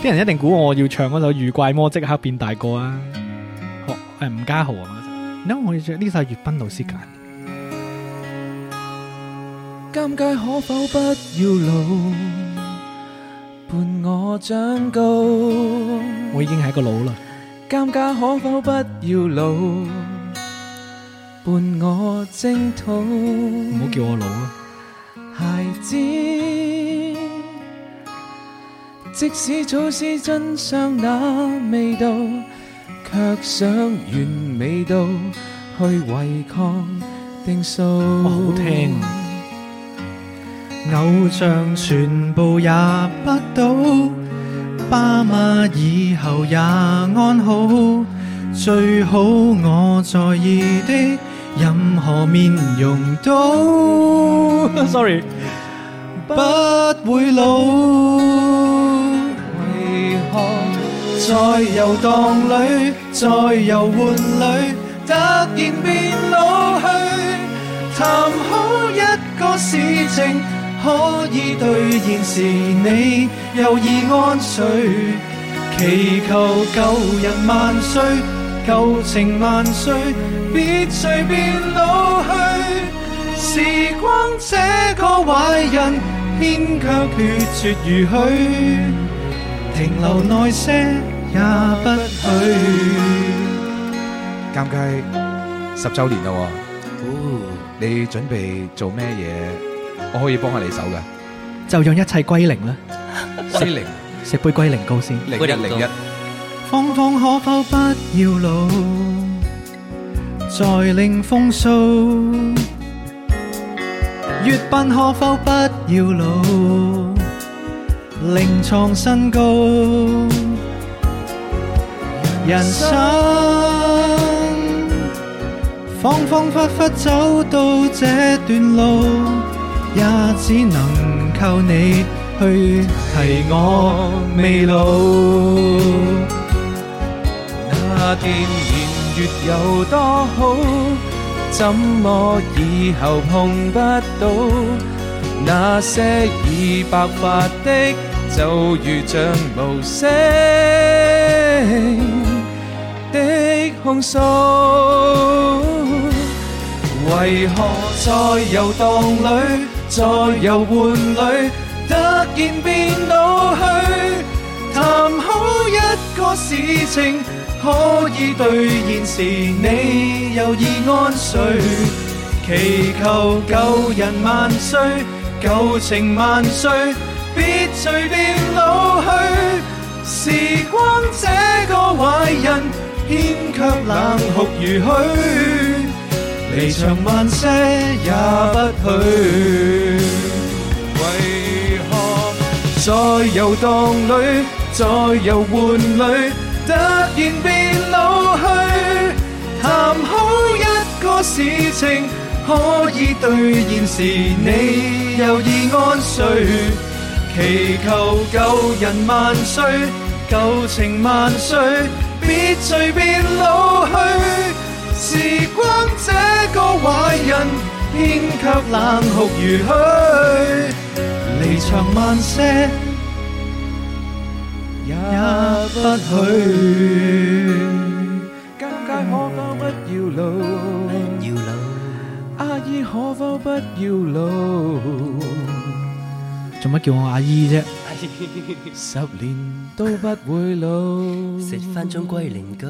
啲人一定估我要唱嗰首《遇怪魔即刻變大個》啊，學誒吳家豪啊嘛。no，我要唱呢首係粵斌老師揀。尷尬可否不要老，伴我長高？我已經係一個佬啦。尷尬可否不要老，伴我征討？唔好叫我老啊！孩子，即使早知真相那味道，卻想完美到去違抗定數。好聽偶像全部也不到，爸媽以後也安好，最好我在意的任何面容都，sorry，不會老。為何在遊蕩裏，在遊玩裏，突然變老去？談好一個事情，可以兑現時，你又已安睡。祈求舊人萬歲，舊情萬歲，別隨便老去。時光這個壞人，偏卻決絕如許，停留耐些也不許。尷尬十周年啦喎，你準備做咩嘢？我可以幫下你手㗎。就讓一切歸零啦，四零食杯歸零糕先。零一零一，芳芳可否不要老，再領風騷？月斌可否不要老，另創新高？人生恍恍惚惚走到這段路，也只能靠你去提我未老。那段年月有多好，怎麼以後碰不到？那些已白髮的，就如像無聲的控訴。為何在遊蕩裏，在遊玩裏，突然變老去？談好一個事情，可以兌現時，你又已安睡。祈求舊人萬歲，舊情萬歲，別隨便老去。時光這個壞人，偏卻冷酷如許，離場慢些也不許。為何？在遊蕩裏，在遊玩裏，突然變老去。談好一個事情，可以兌現時，你又已安睡。祈求舊人萬歲，舊情萬歲，別隨便老去。時光這個壞人，偏卻冷酷如許。離場慢些，也不許。尷尬可否不要老？要啦，阿姨可否不要老？做乜叫我阿姨啫？十年都不會老。食翻盅龜苓膏，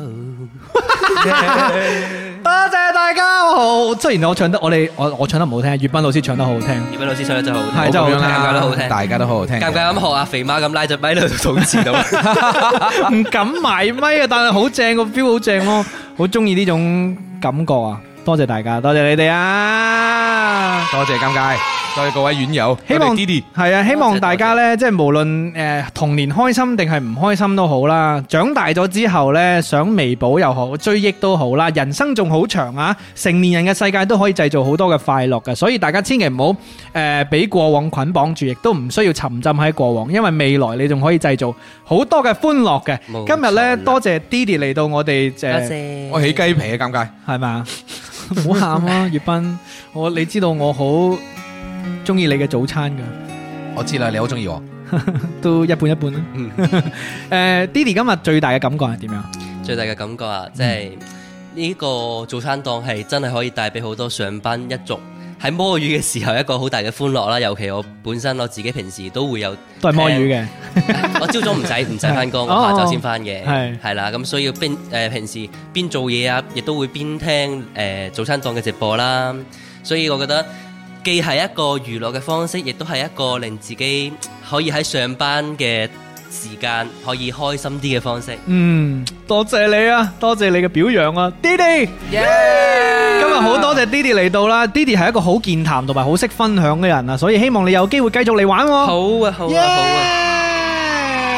多謝大家好。雖然我唱得我哋我我唱得唔好聽，粵斌老師唱得好好 聽。葉斌老師唱得真係好係聽，真係好聽尷尬都好聽，大家都好好聽。尷啊尬咁學阿肥媽咁拉隻咪喺度吐字度， 唔敢埋咪啊，但係好正個 feel 好正咯，好中意呢種感覺啊！多謝大家，多謝你哋啊！多謝尷尬，多謝各位院友，希望多謝 Didi 係啊，希多望謝大家呢，即係無論誒童年開心定係唔開心都好啦，長大咗之後呢，想彌補又好，追憶都好啦，人生仲好長啊！成年人嘅世界都可以製造好多嘅快樂嘅，所以大家千祈唔好誒俾過往捆綁住，亦都唔需要沉浸喺過往，因為未來你仲可以製造好多嘅歡樂嘅。冇今日呢，錯啦多謝 Didi 嚟到我哋誒。呃我起雞皮啊，尷尬。系咪啊？ 唔好喊啊，月斌，我你知道我好中意你嘅早餐噶，我知啦，你好中意我。都一半一半啦。 嗯诶，Didi 今日最大嘅感覺係點樣？最大嘅感覺啊，即係呢個早餐檔係真係可以帶俾好多上班一族喺摸魚嘅時候一個好大嘅歡樂啦。尤其我本身我自己平時都會有，都係摸魚嘅， 我朝早唔使 唔使翻工，哦我下晝先翻嘅，係係啦。咁所以邊誒平時邊做嘢啊，亦都會邊聽誒早餐檔嘅直播啦。所以我覺得既係一個娛樂嘅方式，亦都係一個令自己可以喺上班嘅時間可以開心啲嘅方式。嗯，多謝你啊，多謝你嘅表揚啊，Didi。今日好多謝 Didi 嚟到啦，Didi 係一個好健談同埋好識分享嘅人啊，所以希望你有機會繼續嚟玩喎。好啊，好啊，好啊。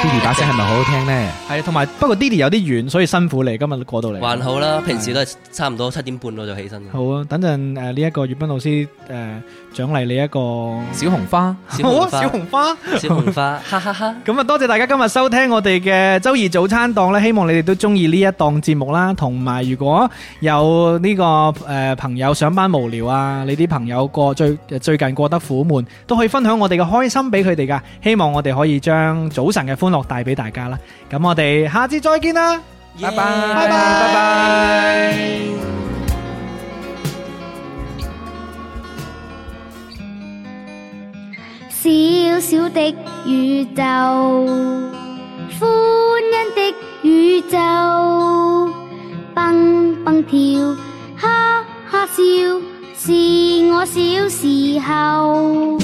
Didi 把聲係咪好好聽呢？係，同埋不過 Didi 有啲遠，所以辛苦你今日過到嚟。還好啦，平時都係差唔多七點半我就起身嘅。好啊，等陣诶呢一個月斌老師诶奖勵你一個。小紅花，小好紅啊，花，小紅花。小紅花，哈哈哈！咁啊，多謝大家今日收聽我哋嘅周二早餐檔咧，希望你哋都中意呢一檔節目啦。同埋，如果有呢、個呃朋友上班無聊啊，你啲朋友過最最近過得苦悶，都可以分享我哋嘅開心俾佢哋噶。希望我哋可以將早晨嘅歡樂帶俾大家啦。咁我哋下次再見啦，拜拜，拜拜拜拜。小小的宇宙，歡欣的宇宙，蹦蹦跳，哈哈笑，是我小時候。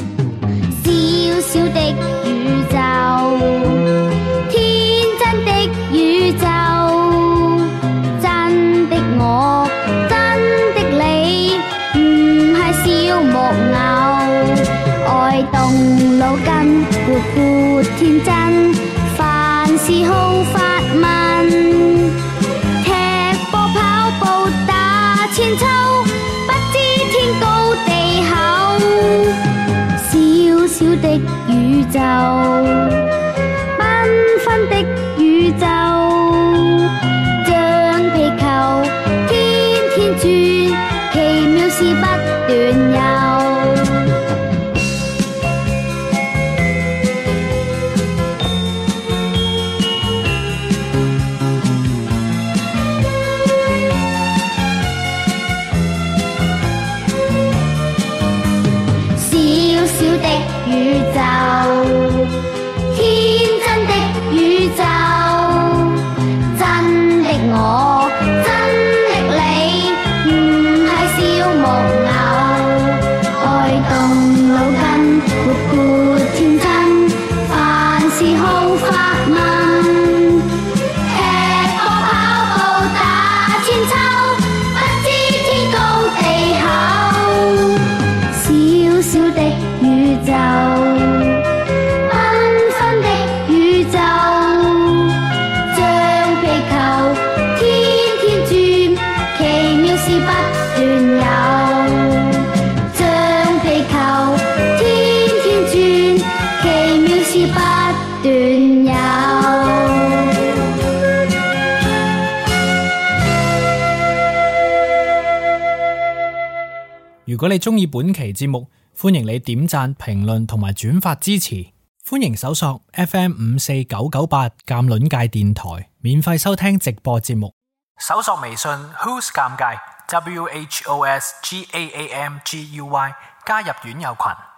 小小的宇宙，天真的宇宙，真的我，真的你，唔係小木偶。愛動腦筋，活潑天真，凡事好發問，踢波跑步打千秋，不知天高地厚，小小的宇宙，繽紛的宇宙，橡皮球天天轉，奇妙事不斷有。小小的宇宙，天真的宇宙，真的我，真的你，唔係小木偶，愛動腦筋，活潑天真，凡事好發問。踢波跑步打千秋，不知天高地厚。小小的宇宙，繽紛的宇宙，橡皮球天天轉，奇妙事不斷有。橡皮球天天轉，奇妙事不斷有。如果你中意本期節目，歡迎你點讚、評論同埋轉發支持。歡迎搜索 FM 五四九九八鑑論界電台，免費收聽直播節目。搜索微信 Who's 尷尬 W H O S G A A M G U Y 加入院友群。